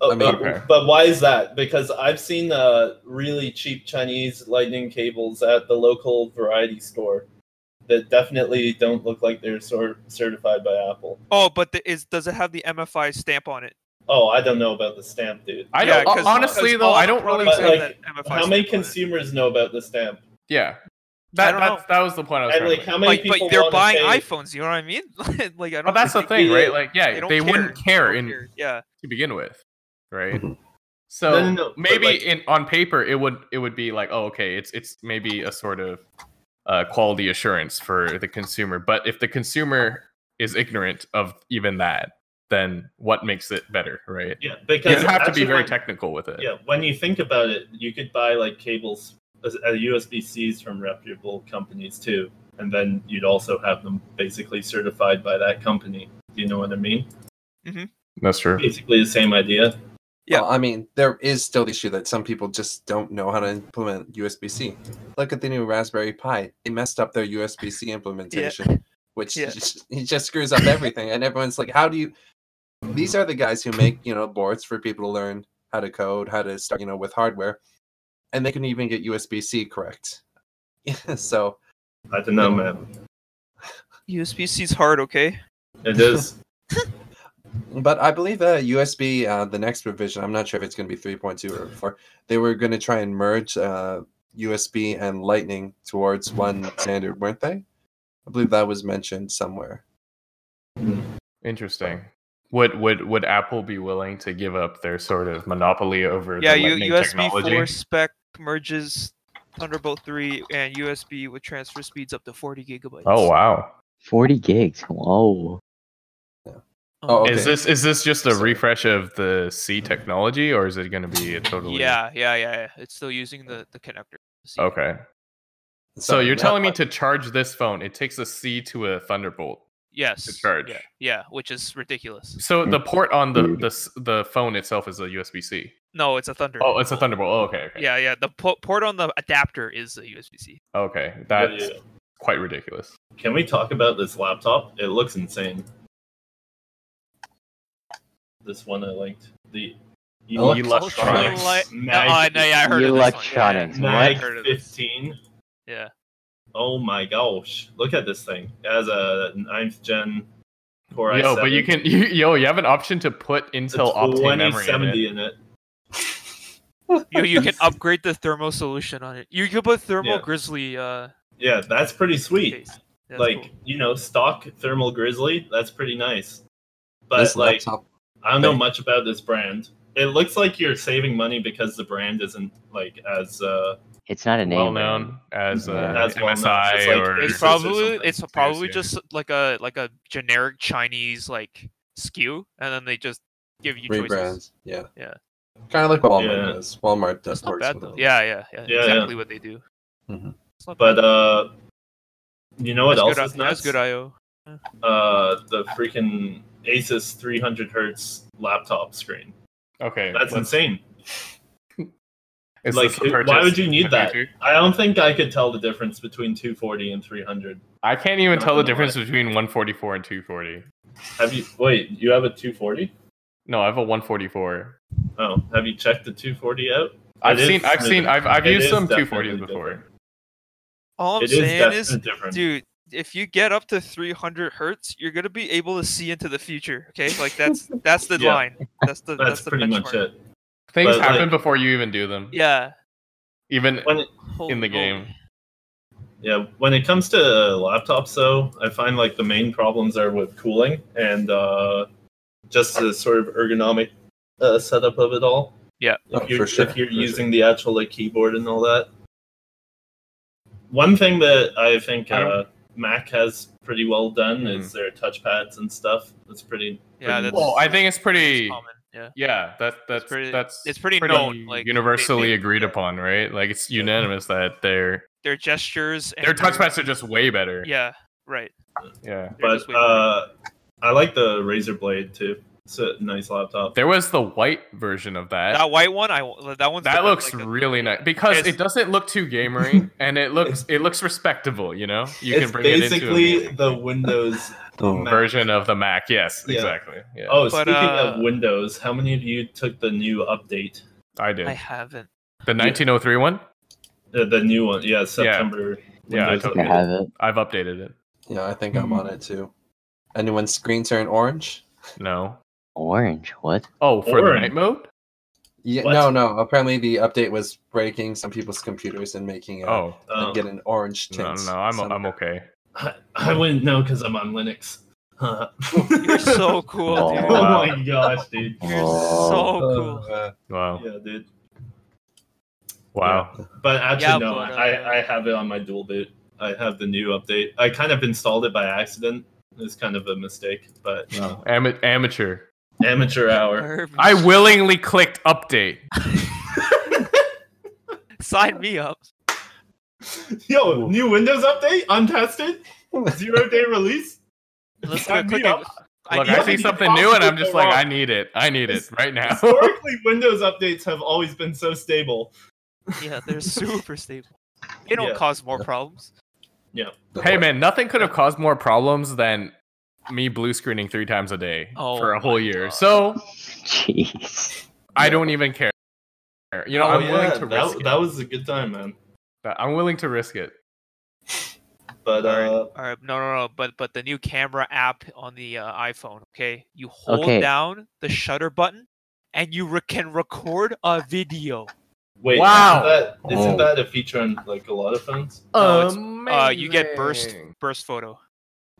C: Oh,
D: I mean-
C: but-
B: Okay.
C: but why is that? Because I've seen uh, really cheap Chinese lightning cables at the local variety store that definitely don't look like they're sort certified by Apple.
A: Oh, but the, is does it have the MFI stamp on it?
C: Oh, I don't know about the stamp, dude.
B: I
A: Yeah,
B: don't uh,
A: 'cause-
B: honestly
A: 'cause
B: though,
A: all
B: I
A: the
B: don't really
A: products
C: But,
A: have
B: think
C: like,
A: that MFI
C: How many
A: stamp on it.
C: consumers know about the stamp?
B: yeah. That
A: don't
B: that's, that was the point I was
C: And
B: trying
C: like,
B: to make.
C: how many
A: Like,
C: people
A: but they're
C: wanna
A: buying
C: pay-
A: iPhones. You know what I mean? [LAUGHS] like, I don't.
B: But that's the
A: think
B: thing,
C: they-
B: right? Like,
A: They
B: yeah,
A: don't
B: they wouldn't care
A: They don't
B: in
A: care. Yeah.
B: to begin with. right?
D: Mhm.
B: So
C: Mm-hmm. No, no, no, but,
B: maybe
C: like-
B: in on paper it would it would be like, oh, okay, it's it's maybe a sort of uh, quality assurance for the consumer. But if the consumer is ignorant of even that, then what makes it better, right?
C: Yeah, because
B: You have to
C: actually,
B: be very
C: like,
B: technical with it.
C: Yeah, when you think about it, you could buy like cables, uh, USB Cs from reputable companies too, and then you'd also have them basically certified by that company. Do you know what I mean?
B: That's true.
C: Basically, the same idea.
A: Yeah.
D: Well, I mean, there is still the issue that some people just don't know how to implement USB C. Look at the new Raspberry Pi. They messed up their
A: [LAUGHS]
D: USB C implementation, which
A: Yeah.
D: [LAUGHS] just, it just screws up everything. And everyone's like, how do you. These are the guys who make, you know, boards for people to learn how to code, how to start, you know, with hardware. And they can even get USB C correct. [LAUGHS] so,
C: I don't know, man.
A: USB C's hard, okay?
C: It is.
B: [LAUGHS]
D: but I believe uh, USB, uh, the next revision, I'm not sure if it's going to be 3.2 or 4, they were going to try and merge uh, USB and Lightning towards one standard, weren't they? I believe that was mentioned somewhere.
B: Interesting. Would would would Apple be willing to give up their sort of monopoly over
A: yeah,
B: the
A: U-
B: lightning
A: USB
B: technology?
A: 4 spec merges Thunderbolt 3 and USB with transfer speeds up to 40 gigabytes.
B: Oh wow.
E: Forty gigs. Whoa.
D: Oh,
A: Um,
D: okay.
B: Is this is this just a
D: So-
B: refresh of the C technology or is it going to be a totally
A: Yeah, yeah, yeah, yeah. It's still using the, the connector. See?
B: Okay. So
D: Sorry,
B: you're
D: not
B: telling me
D: like-
B: to charge this phone it takes a C to a Thunderbolt.
A: Yes.
B: charge.
A: Yeah, yeah, which is ridiculous.
B: So the port on the
F: Dude.
B: the s- the phone itself is a USB-C.
A: No, it's a Thunder.
B: Oh, it's a Thunderbolt. Oh, okay. okay.
A: Yeah, yeah. The po- port on the adapter is a USB C.
B: Okay.
C: But,
B: That's
C: yeah.
B: quite ridiculous.
C: uh, Can we talk about this laptop? It looks insane. This one I liked. The
B: Electronics.
A: Electronics.
C: Mag-
A: no, yeah, I heard of this one. Yeah, yeah.
E: Electronics.
A: I
C: Mag
A: heard of this.
C: 15.
A: Yeah.
C: Oh my gosh! Look at this thing. It has a ninth gen Core
B: yo,
C: i7.
B: but you can [LAUGHS] you, yo, you have an option to put
C: It's
B: Intel Optane memory in it.
C: 2070 in it.
A: You,
C: [LAUGHS]
A: you
D: [LAUGHS]
A: can upgrade the thermal solution on it. You can put thermal
C: Yeah.
A: grizzly uh
C: Yeah, that's pretty sweet.
A: case. That's
C: like
A: cool.
C: you know, stock thermal grizzly. That's pretty nice. But
D: this
C: like,
D: laptop,
C: I don't know
D: thing.
C: much about this brand. It looks like you're saving money because the brand isn't like as uh,
E: It's not a name.
B: well known as uh,
E: Yeah.
C: As well known.
B: MSI
C: It's like-
B: or
A: it's
C: Asus or
A: probably
C: something.
A: it's
B: Asus,
A: probably
B: yeah.
A: just like a like a generic Chinese like skew, and then they just give you choices.
D: rebrands, yeah,
A: Yeah.
D: kind of like what Walmart
C: Yeah.
D: does. Walmart does
A: That's not
D: works
A: bad
D: with
A: though.
D: them.
A: Yeah, yeah, yeah.
C: Yeah,
A: exactly what they do.
D: Mhm.
A: It's not
C: but
A: bad.
C: uh you know what
A: That's
C: else
A: good,
C: is
A: I- that's
C: nuts?
A: good IO.
C: uh the freaking Asus 300 hertz laptop screen.
B: okay.
C: That's
B: let's-
C: insane.
B: is
C: like,
B: this a
C: who- why
B: purchase?
C: would you need that?
B: Purchase?
C: I don't think I could tell the difference between 240 and 300.
B: I can't even
C: Not
B: tell the
C: gonna lie.
B: difference between 144 and 240.
C: Have you wait? You have a 240?
B: No, I have a 144.
C: Oh, have you checked the 240 out?
B: I've
C: is
B: seen, I've
C: really-
B: seen, I've, I've
C: it
B: used
C: is
B: some
C: definitely
B: 240s before.
C: different.
A: All I'm
C: It is
A: saying
C: definitely
A: is,
C: different.
A: dude, if you get up to 300 hertz, you're gonna be able to see into the future. Okay, like that's that's the
C: Yeah.
A: line. That's the
C: that's,
A: that's, the
C: pretty
A: benchmark.
C: much it.
B: Things
C: But, like-
B: happen before you even do them.
A: Yeah.
B: Even
C: When
B: in
A: Holy
B: the game.
A: moly.
C: Yeah, when it comes to laptops, though, I find like the main problems are with cooling and uh, just the sort of ergonomic uh, setup of it all.
A: Yeah.
D: Oh,
C: if you're,
D: for sure,
C: if you're
D: for sure.
C: using the actual like keyboard and all that. One thing that I think
B: I don't- Mm-hmm.
C: uh, Mac has pretty well done is their touchpads and stuff. That's pretty.
A: Yeah, that's.
B: Well, I think it's pretty.
A: it's common. Yeah.
B: Yeah, that that's
A: pretty-
B: that's
A: it's pretty known, like, they-
B: universally
A: they-
B: agreed
A: yeah.
B: upon, right? Like it's unanimous that their
A: Their gestures. And
B: their touchpads are just way better.
A: Yeah. Right.
B: yeah.
A: They're
C: But
A: just way better.
C: uh, I like the Razer Blade too. It's a nice laptop.
B: There was the white version of that.
A: that white one, I w- that [LAUGHS] one's the
B: that
A: best,
B: looks
A: like, the-
B: really nice because
A: It's-
B: it doesn't look too
A: [LAUGHS]
B: gamery and it looks it looks respectable you know you
C: it's
B: can bring it into a
C: basically
B: meeting.
C: the Windows
D: Oh.
C: Mac.
B: version of the mac yes
C: Yeah.
B: exactly yeah
C: Oh,
A: But,
C: speaking
A: uh,
C: of Windows, how many of you took the new update,
B: i did
A: I haven't.
B: the 1903 one
C: the, the new one? Yeah, September.
B: Yeah, I
C: Windows
B: took
E: I
B: it.
C: update.
E: have it.
B: i've updated it
D: Yeah, I think I'm on it too. Anyone's screen turn orange?
B: no
E: Orange. What? [LAUGHS]
B: oh for the
C: Orange.
B: night mode
D: Yeah,
C: What?
D: no, no. Apparently, the update was breaking some people's computers and making it
B: oh
D: and
C: Um,
D: get an orange
B: no
D: tint.
B: no, no i'm
D: Some-
B: i'm okay
C: I, I wouldn't know because I'm on Linux.
A: [LAUGHS] [LAUGHS] You're so
C: [LAUGHS]
A: cool,
E: Oh.
A: dude.
C: oh my gosh, dude.
A: You're so
E: Oh.
A: cool.
D: Uh,
B: Wow.
C: Yeah, dude.
B: Wow.
C: But actually,
A: Yeah,
C: no,
A: but, uh,
C: I, I have it on my dual boot. I have the new update. I kind of installed it by accident. It was kind of a mistake, but
B: Wow. Ama- amateur.
C: amateur hour.
A: Perfect.
B: I willingly clicked update.
A: [LAUGHS] Sign me up.
C: [LAUGHS] Yo, new Windows update, untested, zero day release.
A: Let's go
C: Sign me
A: click
C: up.
A: it.
B: Look,
A: need
B: I
A: to
B: see
A: be-
B: something new and I'm
C: possible
B: just like,
C: wrong.
B: I need it. I need it right now.
C: Historically, Windows updates have always been so stable.
A: Yeah, they're super stable.
C: [LAUGHS]
A: They don't
C: Yeah.
A: cause more problems.
B: Hey man, nothing could have caused more problems than me blue screening three times a day
A: Oh
B: for a whole
A: my
B: year.
A: God.
B: So
E: Jeez.
B: I don't even care. You know,
C: Oh,
B: I'm willing
C: yeah,
B: to
C: that,
B: risk
C: that was a good time, man.
B: it. I'm willing to risk it.
C: But
A: All right,
C: uh,
A: all right, no, no, no. But but the new camera app on the uh, iPhone. Okay, you hold
E: Okay.
A: down the shutter button, and you re- can record a video.
C: wait,
B: Wow.
C: isn't, that, isn't
D: Oh.
C: that a feature on like a lot of phones?
A: No, it's-
B: Amazing.
A: Uh, you get burst burst photo.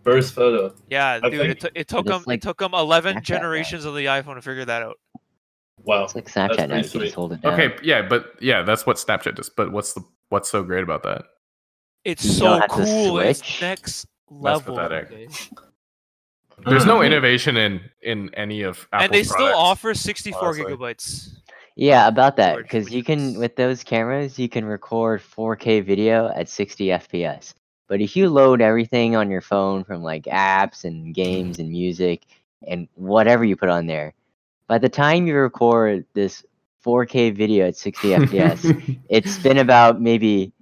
C: First photo.
A: Yeah,
C: I
A: dude,
C: think-
A: it, took it took
E: But
A: them
E: it's like
A: it took them
E: Snapchat,
A: eleven
E: right?
A: generations of the iPhone to figure that out.
C: Wow.
E: It's like
C: pretty
E: Snapchat now. You can
C: sweet.
E: just hold it down.
B: Okay, yeah, but yeah, that's what Snapchat does. But what's the what's so great about that?
A: It's
E: You
A: so
E: don't have to
A: cool. It's
E: switch?
A: next level.
B: pathetic.
A: okay?
B: There's no
E: Mhm.
B: innovation in in any of Apple's
A: Hmm. And they still
B: products.
A: offer 64
B: honestly.
A: gigabytes.
E: Yeah, about that.
A: Lord,
E: Because you can,
A: please.
E: with those cameras, you can record 4K video at 60 FPS. But if you load everything on your phone from like apps and games and music and whatever you put on there, by the time you record this 4K video at 60 FPS, it's been about maybe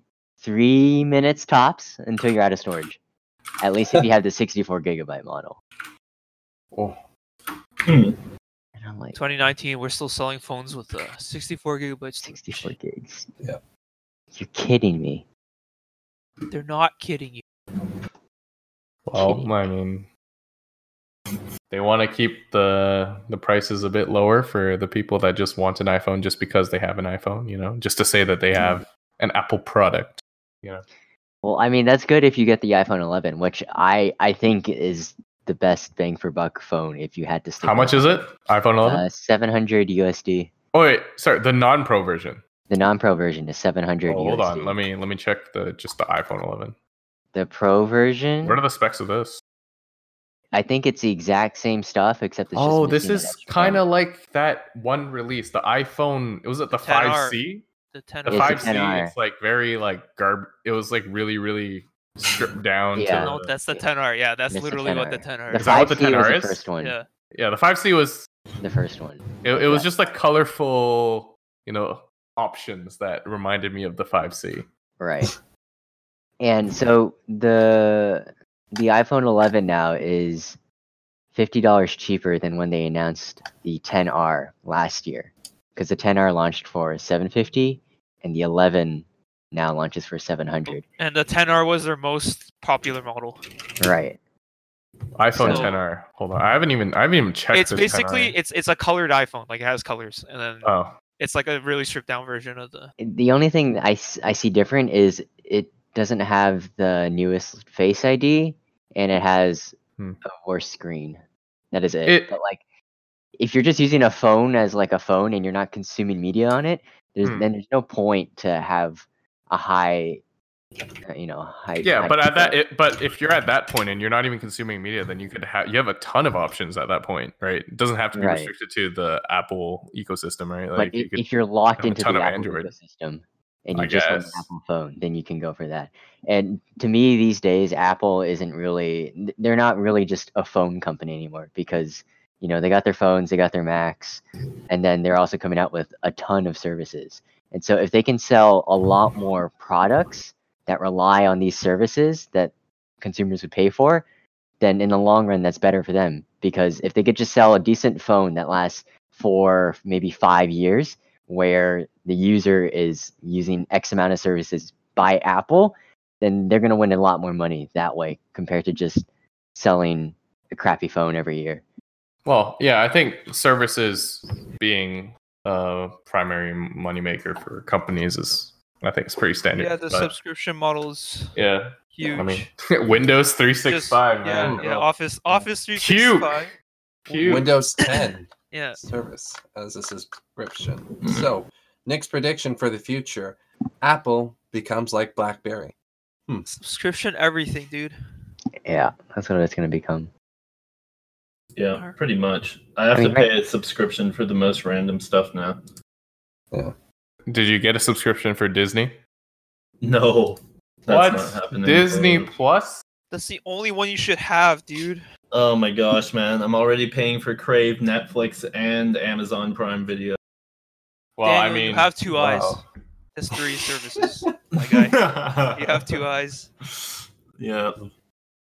E: three minutes tops until you're out of storage. At least if you have the 64 gigabyte model.
D: Oh.
C: Hmm.
E: And I'm like,
A: 2019, we're still selling phones with uh, 64 gigabytes.
E: 64 gigs.
D: Yeah.
E: You're kidding me.
A: They're not kidding you.
B: Well, I mean, they want to keep the the prices a bit lower for the people that just want an iPhone just because they have an iPhone, you know, just to say that they
E: Mm.
B: have an Apple product.
E: Well, I mean, that's good if you get the iPhone 11, which I I think is the best bang for buck phone if you had to stick.
B: How much is it? iPhone 11?
E: Uh, 700 USD.
B: oh wait, sorry, the non-pro version.
E: The non-pro version is 700
B: Oh, hold on,
E: USD.
B: let me let me check the just the iPhone 11.
E: The pro version,
B: What are the specs of this?
E: I think it's the exact same stuff except it's just
B: Oh, this
E: missing an
B: is
E: extra
B: kind of
E: button.
B: like that one release, the iPhone. It was it the
A: 10R.
B: 5C?
A: The 10
B: The
E: It's a
B: 5C.
E: 10R.
B: It's like very like garb. It was like really really stripped down.
E: Yeah.
B: To,
A: No, that's the 10R. Yeah, that's
E: It's the
A: literally what the 10R
E: 10R. The
A: is.
B: Is that what the
E: 5C was
B: 10R
E: the
B: is?
E: first one.
A: Yeah.
B: yeah the 5c was
E: The first one.
B: it, it was just like colorful you know options that reminded me of the 5c
E: Right. And so the the iPhone 11 now is $50 cheaper than when they announced the 10R last year cuz the 10R launched for 750 and the 11 now launches for 700.
A: And the 10R was their most popular model.
E: Right.
B: iphone
A: So-
B: 10r hold on i haven't even i haven't even checked
A: It's
B: this
A: basically
B: 10R.
A: it's it's a colored iPhone. Like it has colors, and
E: Uh.
A: then
B: oh
A: it's like a really stripped down version of the.
E: The only thing I, s- I see different is it doesn't have the newest Face ID and it has
B: Hmm.
E: a worse screen. That is it.
B: It-
E: But like, if you're just using a phone as like a phone and you're not consuming media on it, there's
B: Hmm.
E: then there's no point to have a high, uh, you know, high.
B: yeah
E: high
B: but at that
E: detail.
B: it, but if you're at that point and you're not even consuming media then you could have you have a ton of options at that point right it doesn't have to be
E: Right.
B: restricted to the apple ecosystem right
E: but
B: you
E: if, if you're locked
B: have a
E: into the
B: ton of
E: Apple
B: Android.
E: ecosystem and
B: I
E: you just want an
B: guess.
E: Apple phone, then you can go for that. And to me, these days, Apple isn't really, th- they're not really just a phone company anymore because, you know, they got their phones, they got their Macs, and then they're also coming out with a ton of services. And so if they can sell a lot more products that rely on these services that consumers would pay for, then in the long run, that's better for them because if they could just sell a decent phone that lasts for maybe five years, where the user is using X amount of services by Apple, then they're going to win a lot more money that way compared to just selling a crappy phone every year.
B: Well, yeah, I think services being a primary moneymaker for companies is, I think, it's pretty standard.
A: Yeah, the
B: but-
A: subscription models.
B: yeah,
A: Huge.
G: I mean,
B: [LAUGHS] Windows
A: Just-
B: 365, man.
A: Yeah, yeah. Office Office
B: Cute.
A: 365.
B: Cute.
D: Windows 10
A: Yeah.
D: service as a subscription. So, Nick's prediction for the future: Apple becomes like BlackBerry.
A: Subscription everything, dude.
E: Yeah, that's what it's gonna become.
C: Yeah, pretty much. I have
E: I
C: to
E: mean,
C: pay a subscription for the most random stuff now. [LAUGHS]
B: Did you get a subscription for Disney?
C: No.
B: What? Disney Plus?
A: That's the only one you should have, dude.
C: Oh my gosh, man. I'm already paying for Crave, Netflix, and Amazon Prime Video.
B: Well,
A: Daniel,
B: I mean,
A: you have two eyes.
D: wow.
A: That's three services. My guy.
B: [LAUGHS]
A: You have two eyes.
C: Yeah.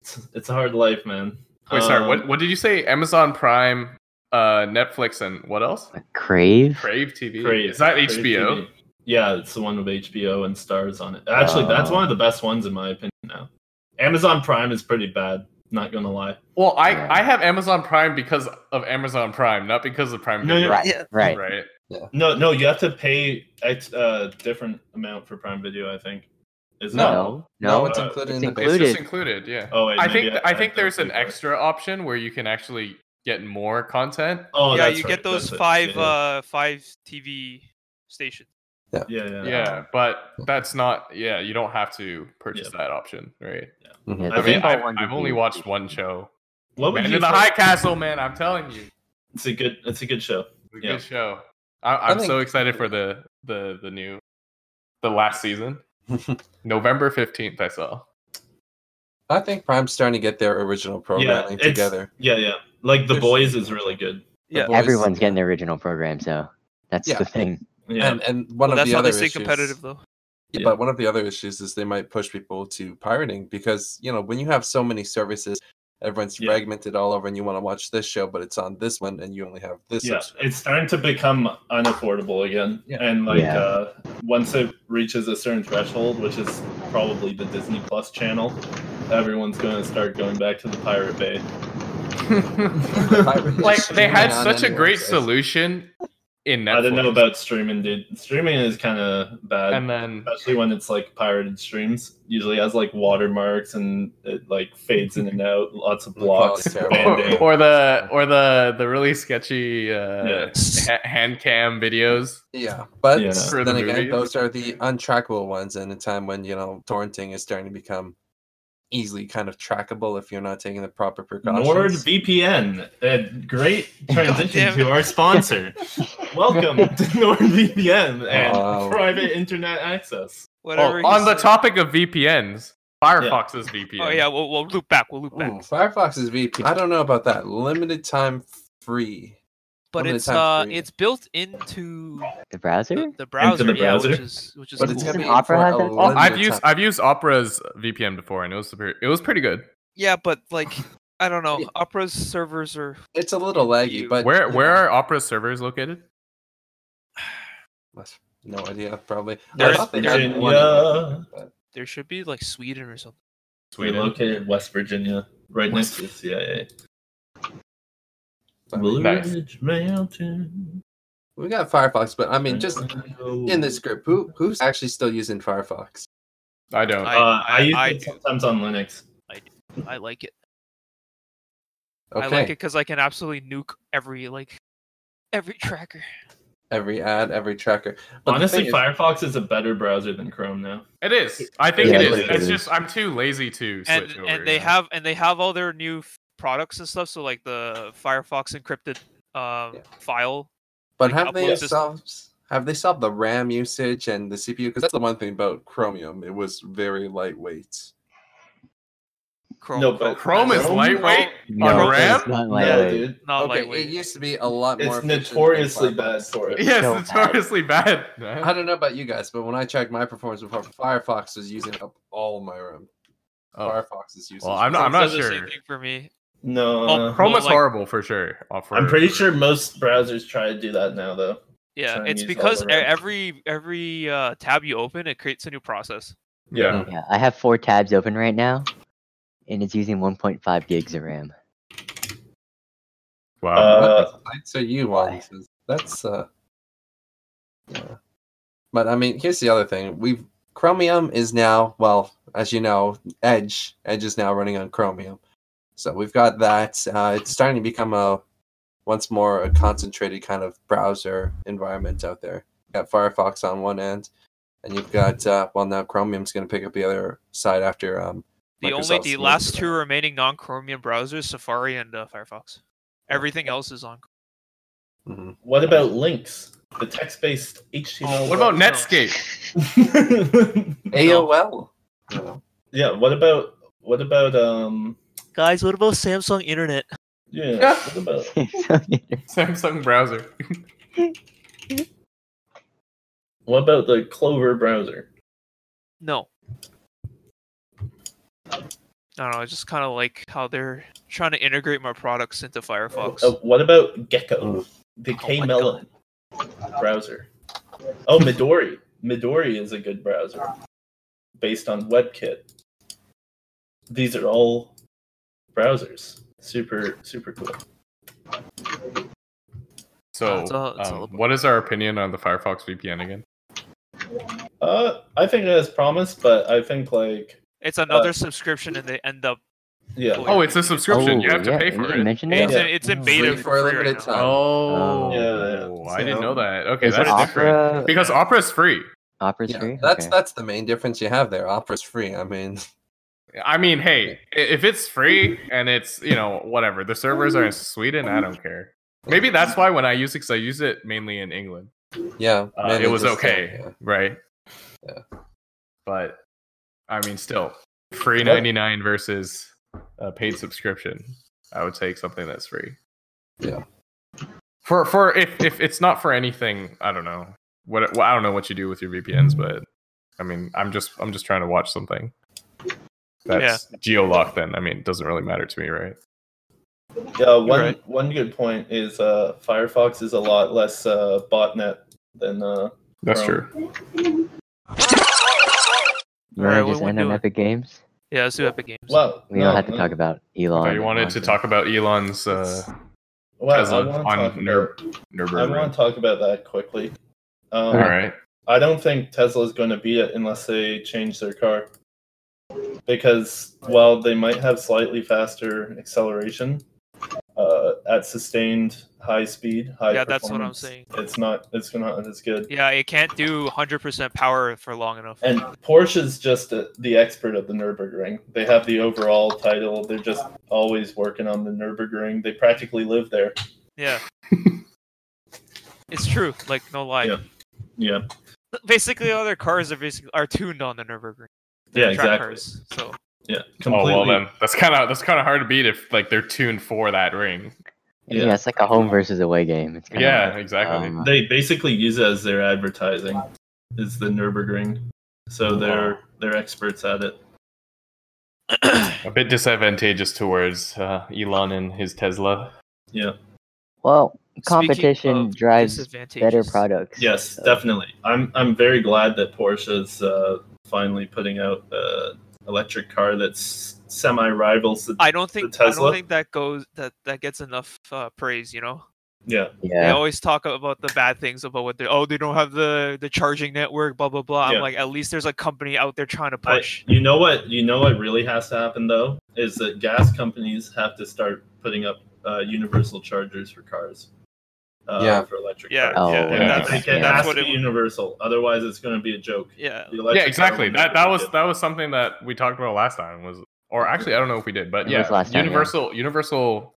C: It's- It's a hard life, man.
B: wait, sorry.
C: Um,
A: uh,
B: What what did you say? Amazon Prime, uh, Netflix, and what else?
E: Like, Crave.
B: Crave TV.
C: Crave.
B: It's not
C: Crave
B: HBO.
C: TV. Yeah, it's the one with HBO and stars on it. Actually, that's
E: Oh.
C: one of the best ones in my opinion now. Amazon Prime is pretty bad, not gonna lie.
B: Well, I
E: Yeah.
B: I have Amazon Prime because of Amazon Prime, not because of Prime.
C: No,
B: Video.
C: no,
E: Right.
A: Yeah.
E: Right.
B: Right.
C: No, no, you have to pay a uh, different amount for Prime Video, I think. Is it?
E: No.
D: No,
E: No.
D: it's
C: uh,
D: included
E: it's
D: in the
E: included.
B: It's just
E: Included.
B: included. Yeah.
C: Oh, wait,
B: I
C: maybe
B: think I think
C: don't
B: there's an
C: think I-
B: extra option where you can actually get more content.
C: Oh,
A: yeah,
C: that's
A: you
C: right,
A: get those
C: that's it,
A: five
C: yeah.
A: uh five TV stations.
C: yeah, yeah,
B: Yeah, but that's not. Yeah, you don't have to purchase that option, right?
E: Yeah,
C: I
E: the
B: I mean,
E: default
B: I've,
E: one
B: I've
E: would
B: only
E: be-
B: watched one show.
C: What would
B: Man
C: you
B: in the
C: say-
B: High Castle, man. I'm telling you,
C: It's a good. It's a good show.
B: it's a
C: Yeah.
B: good show. I, I'm
D: think-
B: so excited for the the the new, the last season, November fifteenth. I saw.
D: [LAUGHS] I think Prime's starting to get their original programming
C: it's-
D: together.
C: Yeah, yeah. Like the
D: There's-
C: boys is really good.
D: The
A: Yeah.
D: boys-
E: Everyone's getting the original program, so that's
D: Yeah.
E: the thing.
C: Yeah,
D: and and
A: Well,
D: one of
A: that's
D: the
A: how
D: other
A: they stay
D: issues,
A: competitive though.
D: Yeah,
C: Yeah.
D: But one of the other issues is they might push people to pirating because you know when you have so many services, everyone's
C: Yeah.
D: fragmented all over, and you want to watch this show, but it's on this one, and you only have this.
C: yeah.
D: subscription.
C: It's starting to become unaffordable again.
D: Yeah.
C: And like
E: Yeah.
C: uh, once it reaches a certain threshold, which is probably the Disney Plus channel, everyone's going to start going back to the Pirate Bay.
D: Pirate is
B: Like they had
D: streaming on
B: such a
D: anyway,
B: great
D: so it's-
B: solution in Netflix.
C: I don't know about streaming, dude. Streaming is kind of bad.
B: And then
C: especially when it's like pirated streams usually has like watermarks and it like fades in and out lots of
D: The quality's
C: blocks
D: terrible.
C: banding.
B: [LAUGHS] or, or the or the the really sketchy uh,
C: Yeah.
B: ha- hand cam videos.
D: Yeah, but
C: Yeah.
B: For the
D: then again,
B: movies.
D: those are the untrackable ones, and a time when you know torrenting is starting to become easily kind of trackable if you're not taking the proper precautions.
C: NordVPN, a great transition
A: Goddamn.
C: to our sponsor.
D: [LAUGHS]
C: Welcome to NordVPN and
D: Wow.
C: private internet access.
A: [LAUGHS] Whatever.
B: Oh,
A: he
B: on the
A: said.
B: topic of VPNs, Firefox's VPN.
A: Oh yeah, we'll, we'll loop back. We'll loop
D: Ooh,
A: back.
D: Firefox's VPN. I don't know about that. Limited time free.
A: but
D: limited
A: it's
D: time
A: uh,
D: free.
A: it's built into
E: [LAUGHS] The browser?
A: the browser,
C: browser?
A: yeah, which is which is
D: But
A: cool.
D: it's
E: Doesn't
D: gonna be
E: Opera
D: for
E: have
D: a
E: that?
D: limited
B: Oh, I've used
D: time.
B: I've used Opera's VPN before, and it was superior. It was pretty good.
A: Yeah, but like I don't know,
D: Yeah.
A: Opera's servers are
D: It's a little laggy,
A: you.
D: but
B: Where
D: you
B: where
D: know,
B: are Opera's servers located?
D: No idea, probably.
A: They're
D: I
A: in
D: thought they had
C: Virginia.
D: one in America, but-
A: there should be like Sweden or something.
C: We're located in West Virginia, right next to the CIA.
D: I mean,
C: Blue
B: Nice.
C: Ridge Mountain.
D: We got Firefox, but I mean, just in this group, who who's actually still using Firefox?
B: I don't.
C: Uh,
A: I-
C: I, use
A: I
C: it
A: do.
C: sometimes on Linux.
A: I like it.
D: Okay,
A: I like it because I can absolutely nuke every like every tracker.
D: every ad, every tracker. But the
C: Honestly,
D: thing is-
C: Firefox is a better browser than Chrome now.
B: It is. I think
E: Yeah,
B: it is.
E: it
B: It's
E: is.
B: just I'm too lazy to switch
A: And
B: over.
A: and they
B: yeah.
A: have and they have all their new f- products and stuff. So like the Firefox encrypted um
D: Yeah.
A: file.
D: But
A: like,
D: have they
A: upload system.
D: solved? Have they solved the RAM usage and the CPU? Because that's the one thing about Chromium; it was very lightweight.
A: Chrome,
C: No, but
B: Chrome is
C: Chrome-
B: lightweight.
E: No,
B: on
A: Chrome
B: RAM?
E: it's not
C: No,
E: lightweight.
C: dude.
A: not
D: okay,
A: lightweight.
D: it used to be a lot more.
C: It's
D: efficient than
C: notoriously
D: Firefox.
C: bad for
B: [LAUGHS]
C: it.
B: Yes,
E: So
B: it's notoriously bad. [LAUGHS] man.
D: I don't know about you guys, but when I checked my performance before, Firefox was using up all my RAM.
B: Oh.
D: Firefox is using.
B: Well, I'm not- I'm not
A: Does the same
B: sure.
A: thing for me.
C: No.
A: Oh,
B: Chrome
A: Well,
B: is
A: like-
B: horrible for sure. uh, for-
C: I'm pretty
B: for-
C: sure most browsers try to do that now, though.
A: Yeah,
C: Chinese
A: it's
C: all
A: because e-
C: around.
A: every every uh, tab you open, it creates a new process.
B: Yeah.
E: Yeah, I have four tabs open right now, and it's using 1.5 gigs of RAM.
B: Wow.
C: Uh,
D: So you on that's uh. Yeah. But I mean, here's the other thing: we've Chromium is now well as you know, Edge Edge is now running on Chromium. So we've got that. Uh, it's starting to become a once more a concentrated kind of browser environment out there. You've got Firefox on one end, and you've got uh, well now Chromium's going to pick up the other side after um,
A: The only
D: Microsoft's
A: the
D: moved
A: last
D: to
A: two
D: that.
A: remaining non-Chromium browsers, Safari and uh, Firefox. Everything else is on.
D: mhm.
C: What about links? The
D: Uh,
C: text-based HTML.
B: What about
C: [LAUGHS]
A: no.
B: Netscape?
A: [LAUGHS]
B: [LAUGHS]
C: net?
D: AOL. You know.
C: yeah. What about what about um?
A: Guys, what about Samsung Internet?
C: Yeah. What about
B: Samsung browser.
C: what about the Clover browser?
A: No. I don't know. It's just kind of like how they're trying to integrate my products into Firefox.
C: Uh, what about Gecko? The
A: Oh my
C: Kmelon browser. Oh, Midori. Midori is a good browser based on WebKit. These are all browsers. Super, super cool.
B: So,
A: it's all- it's all
B: um,
A: about-
B: what is our opinion on the Firefox VPN again?
C: Uh, I think as promised, but I think like
A: It's another subscription, and they end up.
C: yeah,
B: Oh, it's a subscription.
E: Oh,
B: you have to
E: yeah,
B: pay
E: we
B: for
E: didn't
B: it.
E: mention
A: It's,
E: that.
A: in, it's in
E: Oh.
A: beta
D: Free for a
A: free right
D: limited
A: now.
D: time.
B: Oh,
C: Oh.
B: I didn't
D: So-
B: know that. Okay,
E: Is
B: that's different.
E: opera?
B: Because Opera's free.
E: Opera's
D: Yeah,
E: free?
D: that's
E: Okay.
D: that's the main difference you have there. Opera's free. I mean, [LAUGHS]
B: I mean, hey, i- if it's free and it's you know whatever, the servers are in Sweden. I don't care. Maybe that's why when I use it, because I use it mainly in England,
D: yeah,
B: uh,
D: mainly
B: it was
D: just, uh,
B: okay,
D: yeah.
B: right?
D: Yeah.
B: But I mean, still, free
C: Well-
B: ninety nine versus a paid subscription. I would take something that's free.
D: Yeah.
B: For for if if it's not for anything, I don't know what well, I don't know what you do with your VPNs, but I mean, I'm just I'm just trying to watch something. That's geo locked. Then I mean, it doesn't really matter to me, right?
C: yeah. One
A: right.
C: one good point is uh, Firefox is a lot less uh, botnet than uh,
B: That's
C: Bro.
B: true.
E: You want
A: Alright,
E: to just
A: what
E: end
A: we
E: on
A: doing?
E: Epic Games?
A: Yeah, let's do Epic Games.
C: well.
E: We
C: no, uh,
E: don't have to
C: no.
E: talk about Elon.
B: I wanted
E: and
B: to
E: Musk.
B: talk about Elon's uh,
C: Well,
B: Tesla
C: I
B: on
C: want to talk
B: Nurb-
C: about, I want
B: Nurburgring.
C: to talk about that quickly. Um,
B: All right.
C: I don't think Tesla is going to beat it unless they change their car. Because while they might have slightly faster acceleration uh, at sustained high speed, high
A: Yeah, that's what I'm
C: performance,
A: saying.
C: It's not. It's not as good.
A: Yeah, it can't do 100% power for long enough.
C: And Porsche's just uh the expert of the Nurburgring. They have the overall title. They're just always working on the Nurburgring. They practically live there.
A: Yeah. it's true. Like no lie.
C: Yeah. Yeah.
A: Basically, all their cars are basically are tuned on the Nurburgring.
C: Yeah.
A: They're track
C: Exactly.
A: Cars, so
C: Yeah.
B: Oh
C: Completely.
B: well, then that's kind of that's kind of hard to beat if like they're tuned for that ring.
E: Yeah.
C: Yeah.
E: it's like a home versus away game. It's kinda
B: Yeah,
E: like,
B: exactly.
E: um,
C: they basically use it as their advertising is the Nurburgring. So they're they're experts at it.
B: A bit disadvantageous towards uh, Elon and his Tesla.
C: Yeah.
E: well,
A: Speaking
E: competition
A: of
E: drives better
A: disadvantages,
E: products.
C: Yes,
E: so-
C: definitely. I'm I'm very glad that Porsche is uh, finally putting out an electric car that's semi rivals the
A: I don't think I
C: Tesla?
A: don't think that goes that that gets enough uh, praise. You know,
C: yeah
A: they
E: Yeah.
A: always talk about the bad things about what they oh they don't have the the charging network blah blah blah.
C: Yeah.
A: I'm like at least there's a company out there trying to
C: I-
A: push.
C: you know what? You know what really has to happen though is that gas companies have to start putting up uh, universal chargers for cars. Uh,
D: Yeah.
C: for electric
A: yeah,
C: cars.
E: Oh,
A: yeah,
B: yeah.
A: and that's,
C: It
E: yeah.
A: and that's
C: has
A: what
C: to
A: it.
C: be universal. Otherwise, it's going to be a joke.
A: Yeah,
C: The
B: Yeah,
C: electric car
B: exactly.
C: will
B: That
C: never
B: that
C: be
B: was
C: good.
B: that was something that we talked about last time was or actually I don't know if we did, but
E: It
B: yeah,
E: was last time, yeah.
B: universal universal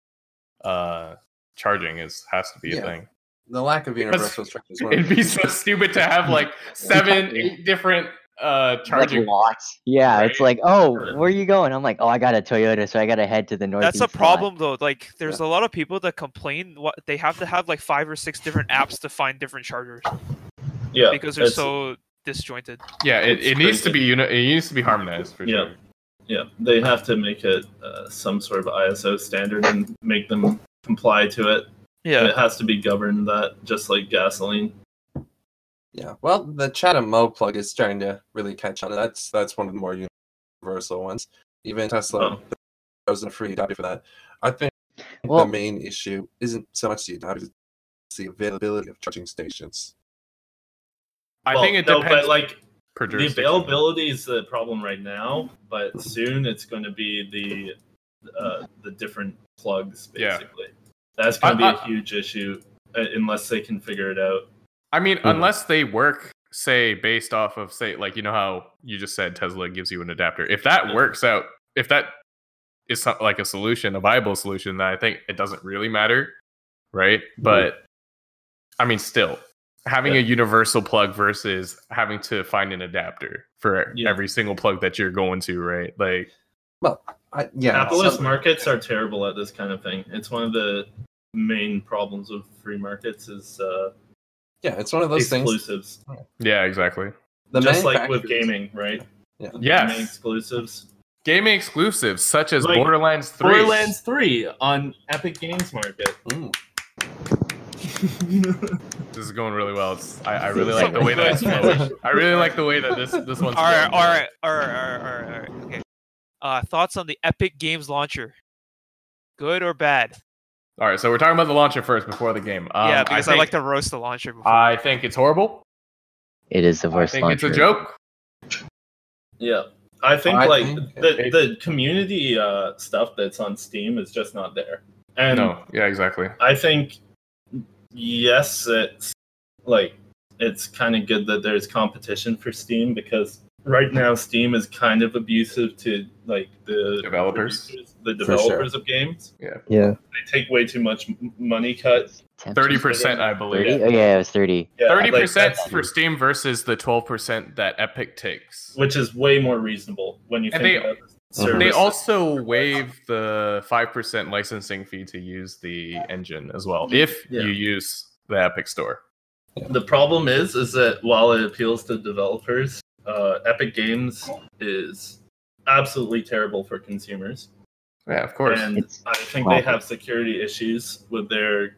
B: uh charging is has to be
D: Yeah.
B: a thing.
D: the lack of universal
B: [LAUGHS]
D: structures.
B: It'd be so stupid to have like seven, eight different uh charging.
E: Like lots. Yeah, it's like, oh, where are you going? I'm like, oh, I got a Toyota, so I gotta head to the
A: that's
E: northeast.
A: a
E: lot."
A: problem though. Like there's a lot of people that complain what they have to have like five or six different apps to find different chargers
C: yeah
A: because they're
C: it's-
A: so disjointed.
B: yeah, it,
C: it's
B: it needs to
C: crazy.
B: be uni- it needs to be harmonized for
C: Yeah.
B: sure.
C: Yeah, they have to make it uh, some sort of ISO standard and make them comply to it.
A: Yeah,
C: It has to be governed that just like gasoline.
D: Yeah. Well, the Chatham Mo plug is starting to really catch on. That's that's one of the more universal ones. Even Tesla
C: Oh.
D: goes in free adoption for that. I think
E: Well-
D: the main issue isn't so much the adoption, it's the availability of charging stations.
B: I
C: Well,
B: think it
C: no,
B: depends
C: but like
B: per
C: the
B: jurisdiction.
C: availability is the problem right now, but soon it's going to be the uh, the different plugs
B: Yeah.
C: basically. That's going to be a
B: I- I-
C: huge issue uh, unless they can figure it out.
B: I mean,
C: Hmm.
B: unless they work, say, based off of, say, like, you know how you just said Tesla gives you an adapter. If that works out, if that is some, like a solution, a viable solution, then I think it doesn't really matter. Right. But I mean, still, having a universal plug versus having to find an adapter for
C: Yeah.
B: every single plug that you're going to, right? Like,
D: I, yeah,
C: Capitalist
D: some-
C: markets are terrible at this kind of thing. It's one of the main problems of free markets is uh,
D: yeah, it's one of those things.
C: exclusives.
B: yeah, exactly.
D: The
C: Just like with
D: manufacturers-
C: gaming, right?
B: Yes.
C: Gaming exclusives.
B: Gaming exclusives such as
C: Like,
B: Borderlands 3.
C: Borderlands 3 on Epic Games Market.
D: Mm.
E: [LAUGHS]
B: This is going really well. It's,
C: [LAUGHS]
B: I, I really like the way that Oh, it's flowing. I really like the way that this this one's.
A: All right,
B: flowing.
A: all right, all right, all right, all right, all right. Okay. Uh, thoughts on the Epic Games launcher? Good or bad?
B: all right. So we're talking about the launcher first before the game. Um,
A: yeah, because I,
B: think,
A: like to roast the launcher. Before.
B: I think it's horrible.
E: It is the
B: I
E: worst
B: think
E: launcher.
B: it's a joke.
C: Yeah. I think
D: I
C: like
D: think
C: the
B: it-
C: the community uh, stuff that's on Steam is just not there. And
B: No. Yeah. Exactly.
C: I think yes, it's like it's kind of good that there's competition for Steam because right now Steam is kind of abusive to like the
B: Developers.
C: producers- the
D: For sure.
C: developers of games.
F: Yeah.
C: They take way too much m- money cut.
B: Thirty percent, I believe.
E: Oh yeah, it was thirty.
C: Yeah,
B: Thirty
C: like,
B: percent
C: that's-
B: for Steam versus the twelve percent that Epic takes.
C: which is way more reasonable when you
B: And
C: think
B: they-
C: about the service.
B: They also waive the five percent licensing fee to use the engine as well if
C: Yeah.
B: you use the Epic Store.
C: The problem is, is that while it appeals to developers, uh, Epic Games is absolutely terrible for consumers,
B: Yeah, of course.
C: and
E: It's
C: I think they
E: awful.
C: have security issues with their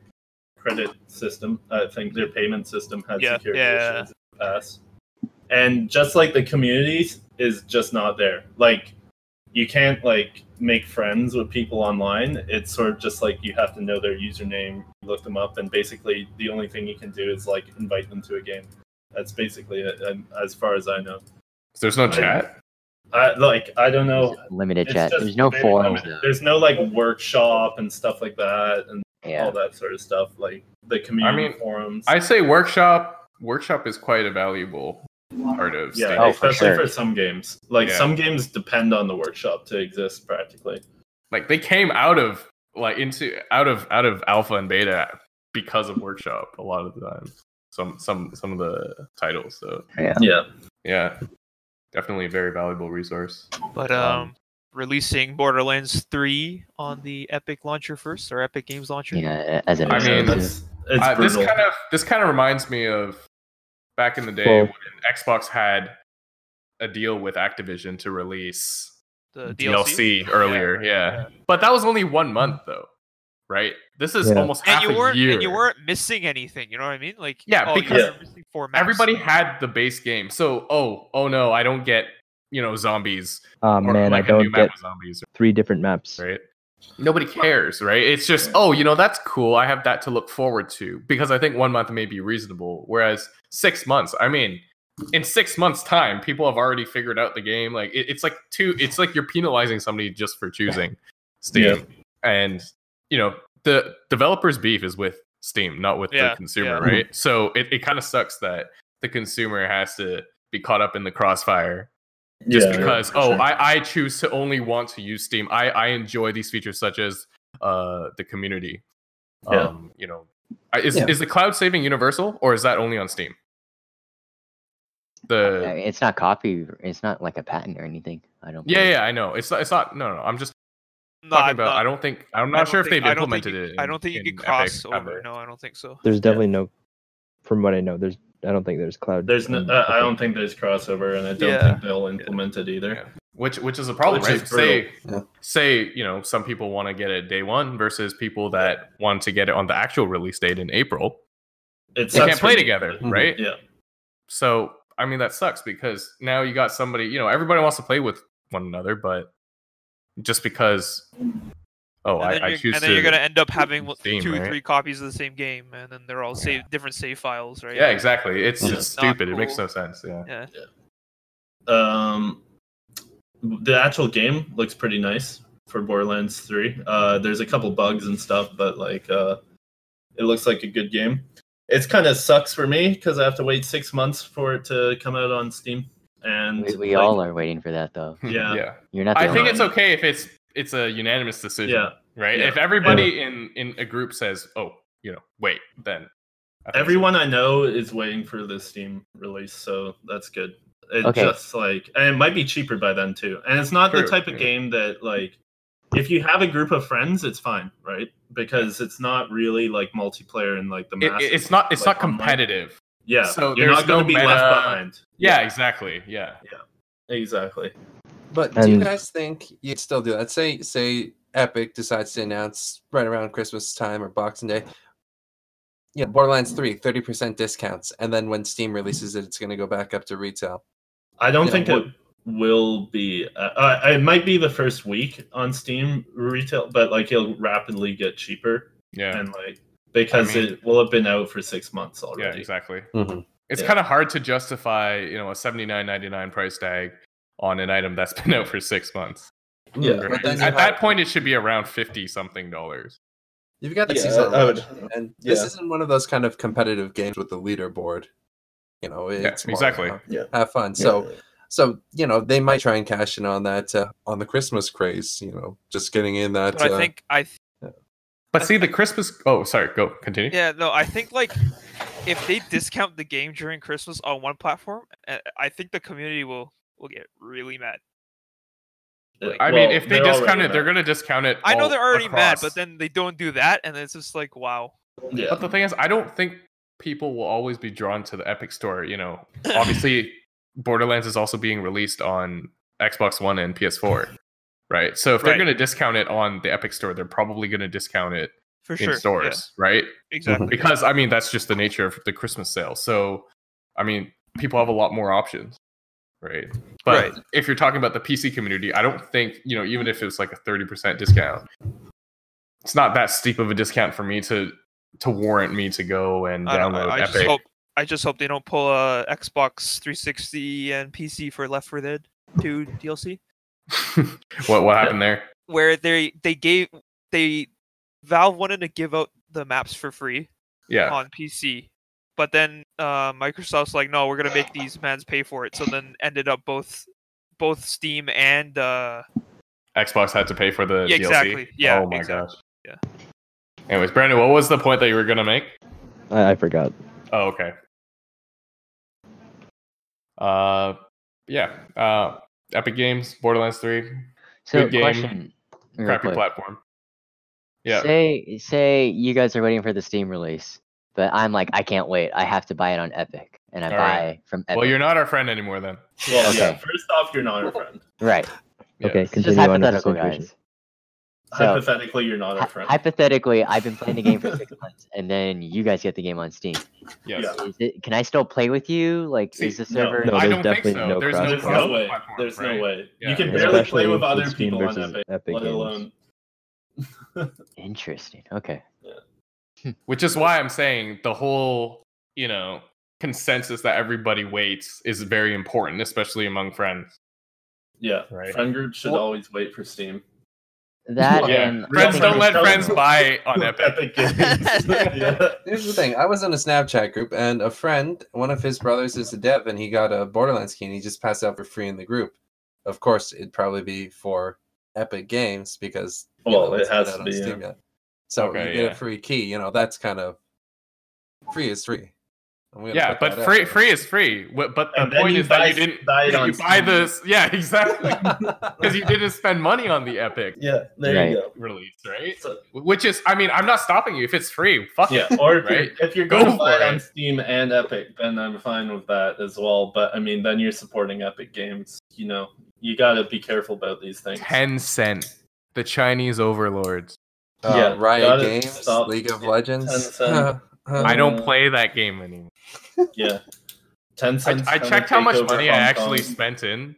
C: credit system. I think their payment system had
A: Yeah,
C: security
A: yeah.
C: issues in the past, and just like the community is just not there. Like you can't like make friends with people online. It's sort of just like you have to know their username, look them up, and basically the only thing you can do is like invite them to a game. That's basically it, and as far as I know.
B: There's no chat.
C: I like I don't know.
E: limited
C: It's
E: chat.
C: just
E: There's no
C: very
E: forums.
C: limited.
E: though.
C: There's no like workshop and stuff like that, and all
E: Yeah.
C: that sort of stuff, like the community
B: mean,
C: forums.
B: I say workshop. Workshop is quite a valuable part of
C: yeah,
B: Steam.
E: Oh, for
C: especially
E: sure.
C: for, some games. Like
B: Yeah.
C: some games depend on the workshop to exist practically.
B: Like they came out of like into out of out of alpha and beta because of workshop a lot of the time. Some some some of the titles. So
C: Yeah.
B: yeah, definitely a very valuable resource.
A: but um,
E: um,
A: releasing Borderlands 3 on the Epic launcher first or Epic Games launcher.
E: Yeah, as an
B: I mean,
E: exclusive.
C: that's it's
B: Uh, this
C: brutal.
B: kind of this kind of reminds me of back in the day
F: Well-
B: when Xbox had a deal with Activision to release
A: The DLC.
B: DLC, earlier. Yeah. but that was only one month though, right? This is
F: Yeah.
B: almost half
A: And you
B: a
A: weren't
B: year.
A: and you weren't missing anything. You know what I mean? Like
B: Yeah,
A: oh, you
B: because
A: were missing four maps.
B: everybody had the base game. So, oh, oh no, I don't get, you know, zombies.
F: Oh
B: or,
F: man,
B: like
F: I
B: a new
F: don't
B: map
F: get
B: with zombies,
F: three different maps.
B: right? Nobody cares, right? It's just, oh, you know, that's cool. I have that to look forward to because I think one month may be reasonable. Whereas six months, I mean, in six months' time, people have already figured out the game. Like it, it's like two, it's like you're penalizing somebody just for choosing Steam.
C: Yeah.
B: And you know, the developer's beef is with Steam, not with
A: Yeah,
B: the consumer,
A: yeah.
B: right? So it, it kind of sucks that the consumer has to be caught up in the crossfire just
C: Yeah.
B: because oh I, I choose to only want to use steam i i enjoy these features such as uh the community
C: Yeah.
B: um you know I- is
D: Yeah.
B: is the cloud saving universal or is that only on steam
E: Uh,
B: the
E: It's not copy. It's not like a patent or anything. I don't.
B: yeah
E: believe.
B: yeah i know it's not it's not no no i'm just
A: No,
B: talking
A: I'm
B: about
A: not-
B: i don't think i'm
A: I
B: not
A: don't
B: sure if
A: think-
B: they've
A: I don't think
B: implemented
A: you-
B: it
A: I don't think you
B: in-
A: can
B: in Epic
A: cross over.
B: ever.
A: No, I don't think so.
F: There's definitely no. From what I know, there's. I don't think there's cloud. Um,
C: There's no.
B: Mm.
F: on
C: Uh, I
F: Epic.
C: don't think there's crossover, and I don't
A: Yeah.
C: think they'll implement it either.
B: Yeah. which which is a problem
C: Which
B: right
C: is
B: say
D: brutal. Yeah.
B: say you know some people want to get it day one versus people that want to get it on the actual release date in april
C: It
B: they
C: sucks
B: can't
C: for
B: play
C: me,
B: together,
C: but-
B: right?
C: Yeah.
B: So I mean that sucks because now you got somebody, you know, everybody wants to play with one another, but just because oh
A: and then,
B: I, I
A: you're,
B: choose
A: and
B: to
A: then you're gonna end up having what,
B: Steam,
A: two,
B: right?
A: three copies of the same game, and then they're all save different save files, right?
B: Yeah, exactly. It's
A: Yeah.
B: just
A: Not
B: stupid. It makes
A: cool.
B: no sense. Yeah. [LAUGHS]
A: Yeah.
C: um, the actual game looks pretty nice for Borderlands 3. Uh, there's a couple bugs and stuff, but like uh, it looks like a good game. It's kind of sucks for me because I have to wait six months for it to come out on Steam. And
E: We, we
C: like,
E: all are waiting for that though.
C: Yeah.
B: yeah.
E: You're not. The
B: I
E: only
B: think
E: one.
B: it's okay if it's it's a unanimous decision.
C: Yeah.
B: Right.
C: Yeah.
B: If everybody in in a group says, "Oh, you know, wait," then I think
C: Everyone I know is waiting for the Steam release, so that's good. It's
E: Okay.
C: just like, and it might be cheaper by then too. And it's not the
B: True,
C: type of
B: yeah.
C: game that like, if you have a group of friends, it's fine, right? Because it's not really like multiplayer and like the
B: it,
C: masses.
B: it- it's not it's
C: like,
B: not
C: online.
B: competitive.
C: Yeah,
B: so
C: you're
B: there's
C: not going
B: no
C: to be
B: meta-
C: left behind.
B: Yeah, exactly. Yeah.
C: exactly.
D: But do you
E: And-
D: guys think you'd still do that? Say say Epic decides to announce right around Christmas time or Boxing Day. Yeah, Borderlands 3, 30% discounts. And then when Steam releases it, it's going to go back up to retail.
C: I don't
D: Yeah,
C: think
D: what-
C: it will be. Uh, uh, it might be the first week on Steam retail, but like it'll rapidly get cheaper
B: Yeah.
C: and like because
B: mean-
C: it will have been out for six months
B: yeah.
C: already.
B: Exactly.
C: Mm-hmm.
D: Mhm.
B: It's
C: Yeah.
B: kind of hard to justify, you know, a seventy nine ninety nine price tag on an item that's [LAUGHS] been out for six months.
C: Yeah,
B: Right?
D: but then you
B: At
D: have-
B: that point, it should be around fifty something dollars.
D: You've got to
C: Yeah,
D: see something.
C: I would-
D: else. And this
C: yeah.
D: isn't one of those kind of competitive games with the leaderboard. You know, it's more,
B: exactly.
D: uh,
C: Yeah.
D: Have fun. So, so you know, they might try and cash in on that uh, on the Christmas craze. You know, just getting in that.
A: But I
D: uh,
A: think I th-
B: But see, the Christmas. Oh, sorry. Go continue.
A: yeah no I think like if they discount the game during Christmas on one platform, uh, I think the community will will get really mad. Like,
B: I
C: Well,
B: mean, if they
C: they're
B: discount
C: already
B: it, they're
C: mad.
B: going to discount it.
A: I know
B: all
A: they're already mad,
B: across.
A: but then they don't do that, and it's just like wow.
C: Yeah.
B: But the thing is, I don't think people will always be drawn to the Epic Store. You know, obviously, Borderlands is also being released on Xbox One and PS4, right? So if they're
A: Right.
B: going to discount it on the Epic Store, they're probably going to discount it
A: [LAUGHS] For
B: in
A: sure. yeah,
B: stores, right?
A: exactly.
B: Because I mean, that's just the nature of the Christmas sale. So, I mean, people have a lot more options, right? But if you're talking about the PC community, I don't think you know, even if it's like a thirty percent discount, it's not that steep of a discount for me to to warrant me to go and
A: I, don't,
B: download
A: I, I
B: Epic.
A: just hope I just hope they don't pull a Xbox 360 and PC for Left 4 Dead 2 DLC.
B: [LAUGHS] what
A: [LAUGHS]
B: what happened there?
A: where they they gave they Valve wanted to give out the maps for free
B: Yeah,
A: on PC, but then uh, Microsoft's like, no, we're gonna make these mans pay for it. So then ended up both both Steam and uh,
B: Xbox had to pay for the
A: yeah,
B: DLC.
A: exactly, yeah,
B: Oh my
A: exactly.
B: gosh. Yeah. Anyways, Brandon, what was the point that you were gonna make?
F: I, I forgot.
B: Oh, okay. Uh, yeah. Uh, Epic Games, Borderlands Three,
E: So
B: Good game,
E: question. real
B: crappy
E: quick.
B: platform. Yeah,
E: Say say you guys are waiting for the Steam release, but I'm like I can't wait. I have to buy it on Epic, and I
B: All
E: buy
B: right.
E: from Epic.
B: Well, you're not our friend anymore then.
C: Well, yeah.
E: Okay.
C: First off, you're not our friend.
E: right.
B: Yeah.
F: Okay,
E: It's just
F: continue on with the
E: hypothetical,
F: situation.
E: guys. So,
C: Hypothetically, you're not our
E: hy-
C: friend.
E: hypothetically, I've been playing the game for six months, and then you guys get the game on Steam.
B: Yes.
C: Yeah.
E: Is it, can I still play with you? Like,
B: See,
E: is the
C: no,
E: server?
F: No,
B: I
F: there's
B: don't think
F: definitely
B: so.
F: no
B: There's no
C: There's no
F: cross-platform.
B: cross
C: way.
B: platform,
C: There's
B: right?
C: no way.
B: Yeah.
C: You can barely play
F: Especially
C: with
F: with
C: other
F: Steam
C: people on
F: versus
C: Epic,
F: Epic
C: let
F: Games. [LAUGHS]
C: alone.
E: Interesting. Okay.
B: Which is why I'm saying the whole, you know, consensus that everybody waits is very important, especially among friends.
C: Yeah.
B: Right.
C: Friend group should
B: Well-
C: always wait for Steam.
E: That
B: yeah.
E: and
B: Friends
E: I
B: don't
E: think
B: let friends buy [LAUGHS]
C: [LAUGHS]
B: on Epic.
C: Epic Games. [LAUGHS]
B: [LAUGHS]
C: yeah.
D: Here's the thing. I was in a Snapchat group, and a friend, one of his brothers is a dev, and he got a Borderlands key, and he just passed out for free in the group. Of course, it'd probably be for Epic Games because you
C: Well,
D: know,
C: it
D: it's not
C: has to
D: out on
C: be. yeah.
D: yet. So
B: Okay,
D: you get
B: yeah.
D: a free key. You know, that's kind of free is free. And we gotta
B: Yeah,
D: put
B: but
D: that out
B: free
D: there.
B: free is free. Wh- But the
C: And Oh, then
B: point
C: you
B: is that you
C: buy-
B: didn't
C: buy
B: [LAUGHS]
C: it
B: you
C: on
B: buy
C: Steam.
B: this. Yeah, [LAUGHS] exactly. Because you didn't spend money on the Epic
C: Yeah. There
F: Right.
C: you go.
B: release, right?
C: So-
B: Which is, I mean, I'm not stopping you if it's free. Fuck
C: yeah,
B: it.
C: or if
B: Right.
C: you're, if you're
B: Go
C: going to
B: for
C: buy it on
B: it.
C: Steam and Epic, then I'm fine with that as well. But I mean, then you're supporting Epic Games. You know, you got to be careful about these things.
B: Ten cent. The Chinese overlords.
D: Uh,
C: Yeah,
D: Riot
C: gotta
D: Games,
C: stop
D: League of
C: it.
D: Legends.
C: Tencent.
B: I don't
C: Uh,
B: play that game anymore.
C: Yeah, ten
B: I,
C: cents.
B: I
C: gonna
B: checked how
C: take
B: much
C: over
B: money I
C: Hong
B: actually
C: Kong.
B: spent in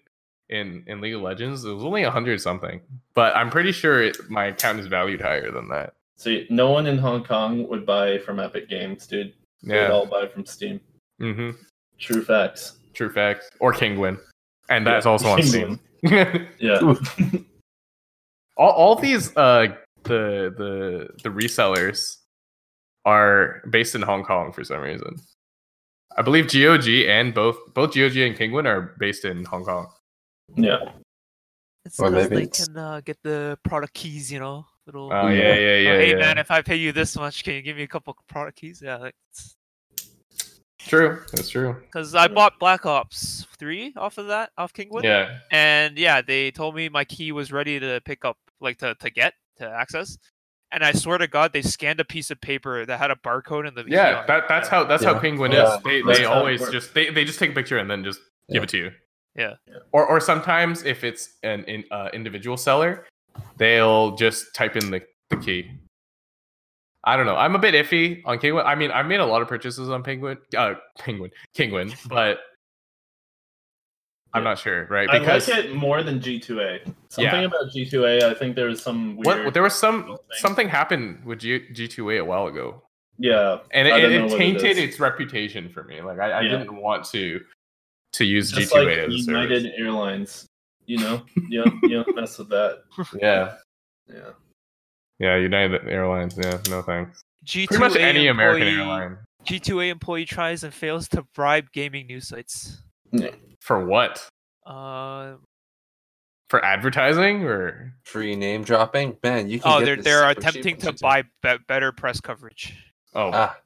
B: in in League of Legends. It was only a hundred something, but I'm pretty sure it, my account is valued higher than that.
C: So no one in Hong Kong would buy from Epic Games, dude. They'd
B: Yeah.
C: all buy from Steam.
B: Mm-hmm.
C: True facts.
B: True facts. Or Kingwin. and that's also on Steam.
C: [LAUGHS]
B: [LAUGHS]
C: Yeah.
B: all, all these uh the the the resellers are based in Hong Kong for some reason. I believe GOG and both both GOG and Penguin are based in Hong Kong. Uh,
C: Yeah.
A: It's
D: Or
A: 'cause
D: maybe
A: they
D: it's-
A: can uh, get the product keys, you know. Little,
B: Oh yeah, yeah, yeah.
A: hey
B: yeah.
A: man, if I pay you this much, can you give me a couple product keys? Yeah, like,
B: True, that's true.
A: because I bought Black Ops Three off of that, off Kingwood.
B: Yeah,
A: And yeah, they told me my key was ready to pick up, like to, to get to access. And I swear to God, they scanned a piece of paper that had a barcode in the key on
B: yeah.
A: it.
B: That, that's how that's how
D: Yeah.
B: Penguin
C: Oh, Yeah.
B: is. They
C: That's
B: they
C: how it
B: always
C: works.
B: just they, they just take a picture and then just
D: Yeah.
B: give it to you.
A: Yeah.
B: Or or sometimes if it's an in, uh, individual seller, they'll just type in the, the key. I don't know. I'm a bit iffy on Penguin. I mean, I made a lot of purchases on Penguin, uh, Penguin, Penguin, but I'm
C: Yeah.
B: not sure, right?
C: I
B: Because
C: like it more than G2A. Something
B: Yeah.
C: about G2A, I think there was some weird.
B: what there was some
C: thing.
B: something happened with G, G2A a while ago,
C: yeah,
B: and
C: I
B: it,
C: don't
B: it,
C: know what it
B: tainted
C: is.
B: its reputation for me. Like I, I
C: Yeah.
B: didn't want to to use
C: just
B: G2A
C: like
B: as a
C: United
B: service.
C: Airlines. You
B: [LAUGHS]
C: know, you don't, you don't mess with that.
B: Yeah,
C: Yeah.
B: yeah, United Airlines. Yeah, no thanks.
A: G2A
B: Pretty much any American
A: employee-
B: airline.
A: G2A employee tries and fails to bribe gaming news sites.
B: For what?
A: Uh,
B: For advertising or
D: [LAUGHS] Free name dropping, man. You can.
A: oh,
D: get
A: they're
D: this
A: they're
D: super cheap
A: attempting
D: on
A: to
D: G2A.
A: buy be- better press coverage.
B: oh
D: Ah,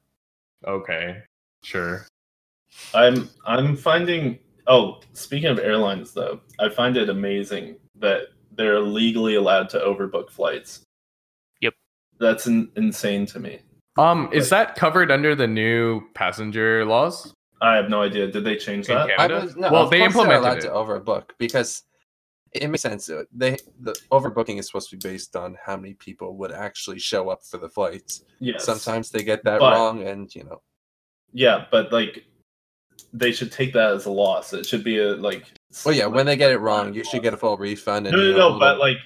B: okay sure
C: I'm I'm finding oh, speaking of airlines though, I find it amazing that they're legally allowed to overbook flights.
A: Yep.
C: That's in, insane to me.
B: um is that covered under the new passenger laws
C: I have no idea. Did they change
B: in
C: that?
D: I
B: Canada?
D: was, no,
B: well
D: of
B: they
D: course they're
B: implemented it
D: allowed to overbook because it makes sense. Uh, They the overbooking is supposed to be based on how many people would actually show up for the flights.
C: Yes.
D: Sometimes they get that
C: But-
D: wrong, and you know,
C: Yeah, but like they should take that as a loss. It should be a like
D: well, yeah, when they get it wrong, you should get a full refund. And,
C: No
D: you
C: no
D: know, a
C: no,
D: little-
C: but like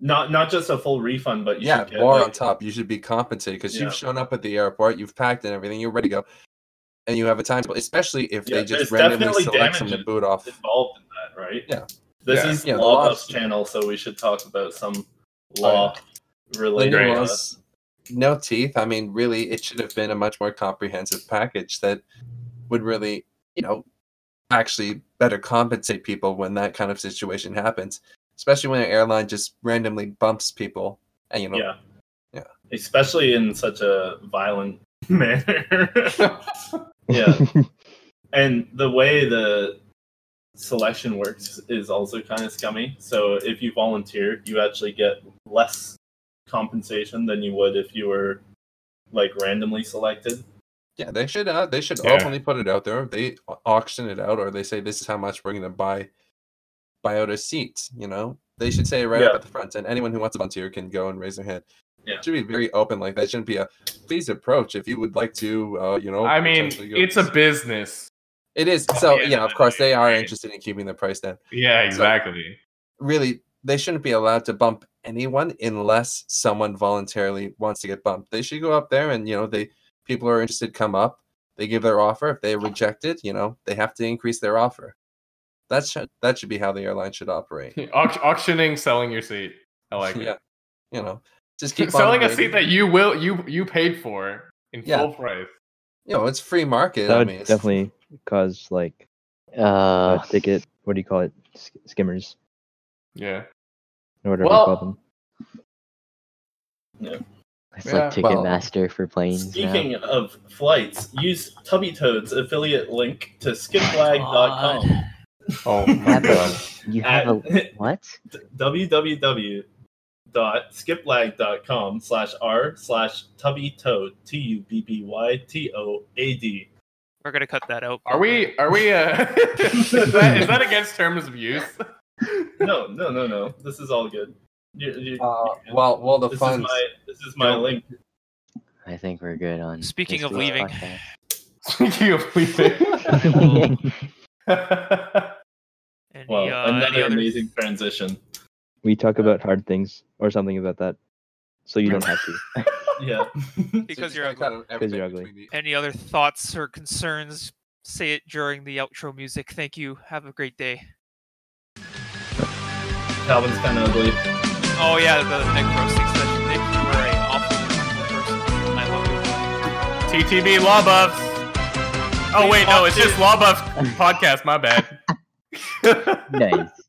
C: not not just a full refund, but you
D: yeah,
C: should get
D: more
C: like,
D: on top. You should be compensated because
C: Yeah.
D: you've shown up at the airport, you've packed and everything, you're ready to go, and you have a time. Especially if
C: Yeah,
D: they
C: there's
D: just randomly
C: definitely
D: select someone to
C: damages
D: boot off.
C: involved in that, right?
D: Yeah.
C: This
B: Yeah.
C: is
D: Yeah, the
C: law
D: laws. Oh,
C: buff channel, so we should talk about some
D: yeah.
C: law
D: Like,
C: related.
D: it
B: Right.
C: uh,
D: was no teeth. I mean, really, it should have been a much more comprehensive package that would really, you know, actually better compensate people when that kind of situation happens, especially when an airline just randomly bumps people. And you know,
C: Yeah.
D: Yeah.
C: Especially in such a violent [LAUGHS]
D: [LAUGHS]
C: manner. yeah. And the way the selection works is also kind of scummy. So if you volunteer, you actually get less compensation than you would if you were like randomly selected.
D: yeah, they should uh, they should
B: Yeah.
D: openly put it out there. They au- auction it out, or they say this is how much we're going to buy buy out a seat. You know, they should say it right up
C: Yeah.
D: at the front, and anyone who wants to volunteer can go and raise their hand.
C: Yeah.
D: It should be very open like that. Shouldn't be a please approach if you would like to. Uh, you know,
B: i mean
D: potentially go
B: it's
D: to
B: a business
D: It is. So,
B: yeah,
D: yeah, of course, they are
B: right.
D: interested in keeping the price down.
B: yeah
D: So-
B: exactly
D: Really, they shouldn't be allowed to bump anyone unless someone voluntarily wants to get bumped. They should go up there and, you know, they people who are interested come up, they give their offer. If they reject it, you know, they have to increase their offer. That should, that should be how the airline should
B: [LAUGHS]
D: operate.
B: Auc- auctioning selling your seat Oh, i like it
D: [LAUGHS] yeah. You know, just keep
B: [LAUGHS]
D: on
B: selling a
D: raising-
B: seat that you will you you paid for in
D: Yeah.
B: full price
D: you know, it's free market.
F: that
D: I
F: would
D: mean, it's-
F: definitely cause like uh,
E: Uh,
F: ticket. What do you call it? Sk- skimmers
B: yeah
F: or whatever
B: Well,
F: you call them.
E: it's
B: Yeah,
E: like
D: well,
E: Ticketmaster for planes now.
C: Speaking of flights, use Tubby Toad's affiliate link to
D: Oh
A: Oh,
C: skiplag.com.
A: God.
B: oh
E: my God. You
C: At
E: have a what?
C: www.skiplag.com slash r slash tubby toad t u b b y t o a d.
A: We're gonna cut that out.
B: are we are we uh [LAUGHS] is, that, is that against terms of use
C: No, no, no, no. This is all good. You, you,
D: Uh, well, well, the
C: this is
D: funds.
C: my this is my
D: Don't-
C: link.
E: I think we're good on.
A: Speaking
E: this
A: of
E: week's
A: leaving.
E: podcast.
B: [LAUGHS] speaking of [LAUGHS] leaving
A: I
C: [LAUGHS]
A: will-
F: [LAUGHS]
A: Any,
C: Wow,
A: uh, any
C: another
A: other-
C: amazing transition.
F: We talk about hard things or something about that, so you don't have to.
C: Yeah. [LAUGHS]
A: because
D: just
A: you're
D: gotta cut
A: ugly.
D: out everything
F: you're ugly.
D: between the-
A: Any other thoughts or concerns? Say it during the outro music. Thank you. Have a great day.
C: Calvin's kind of ugly.
A: Oh yeah, the Nick roasting session. Nick, you were an awful wonderful person. I love you.
B: TTB Law Buffs. [LAUGHS] Oh wait, no, it's just Law Buff podcast. My bad.
E: Nice.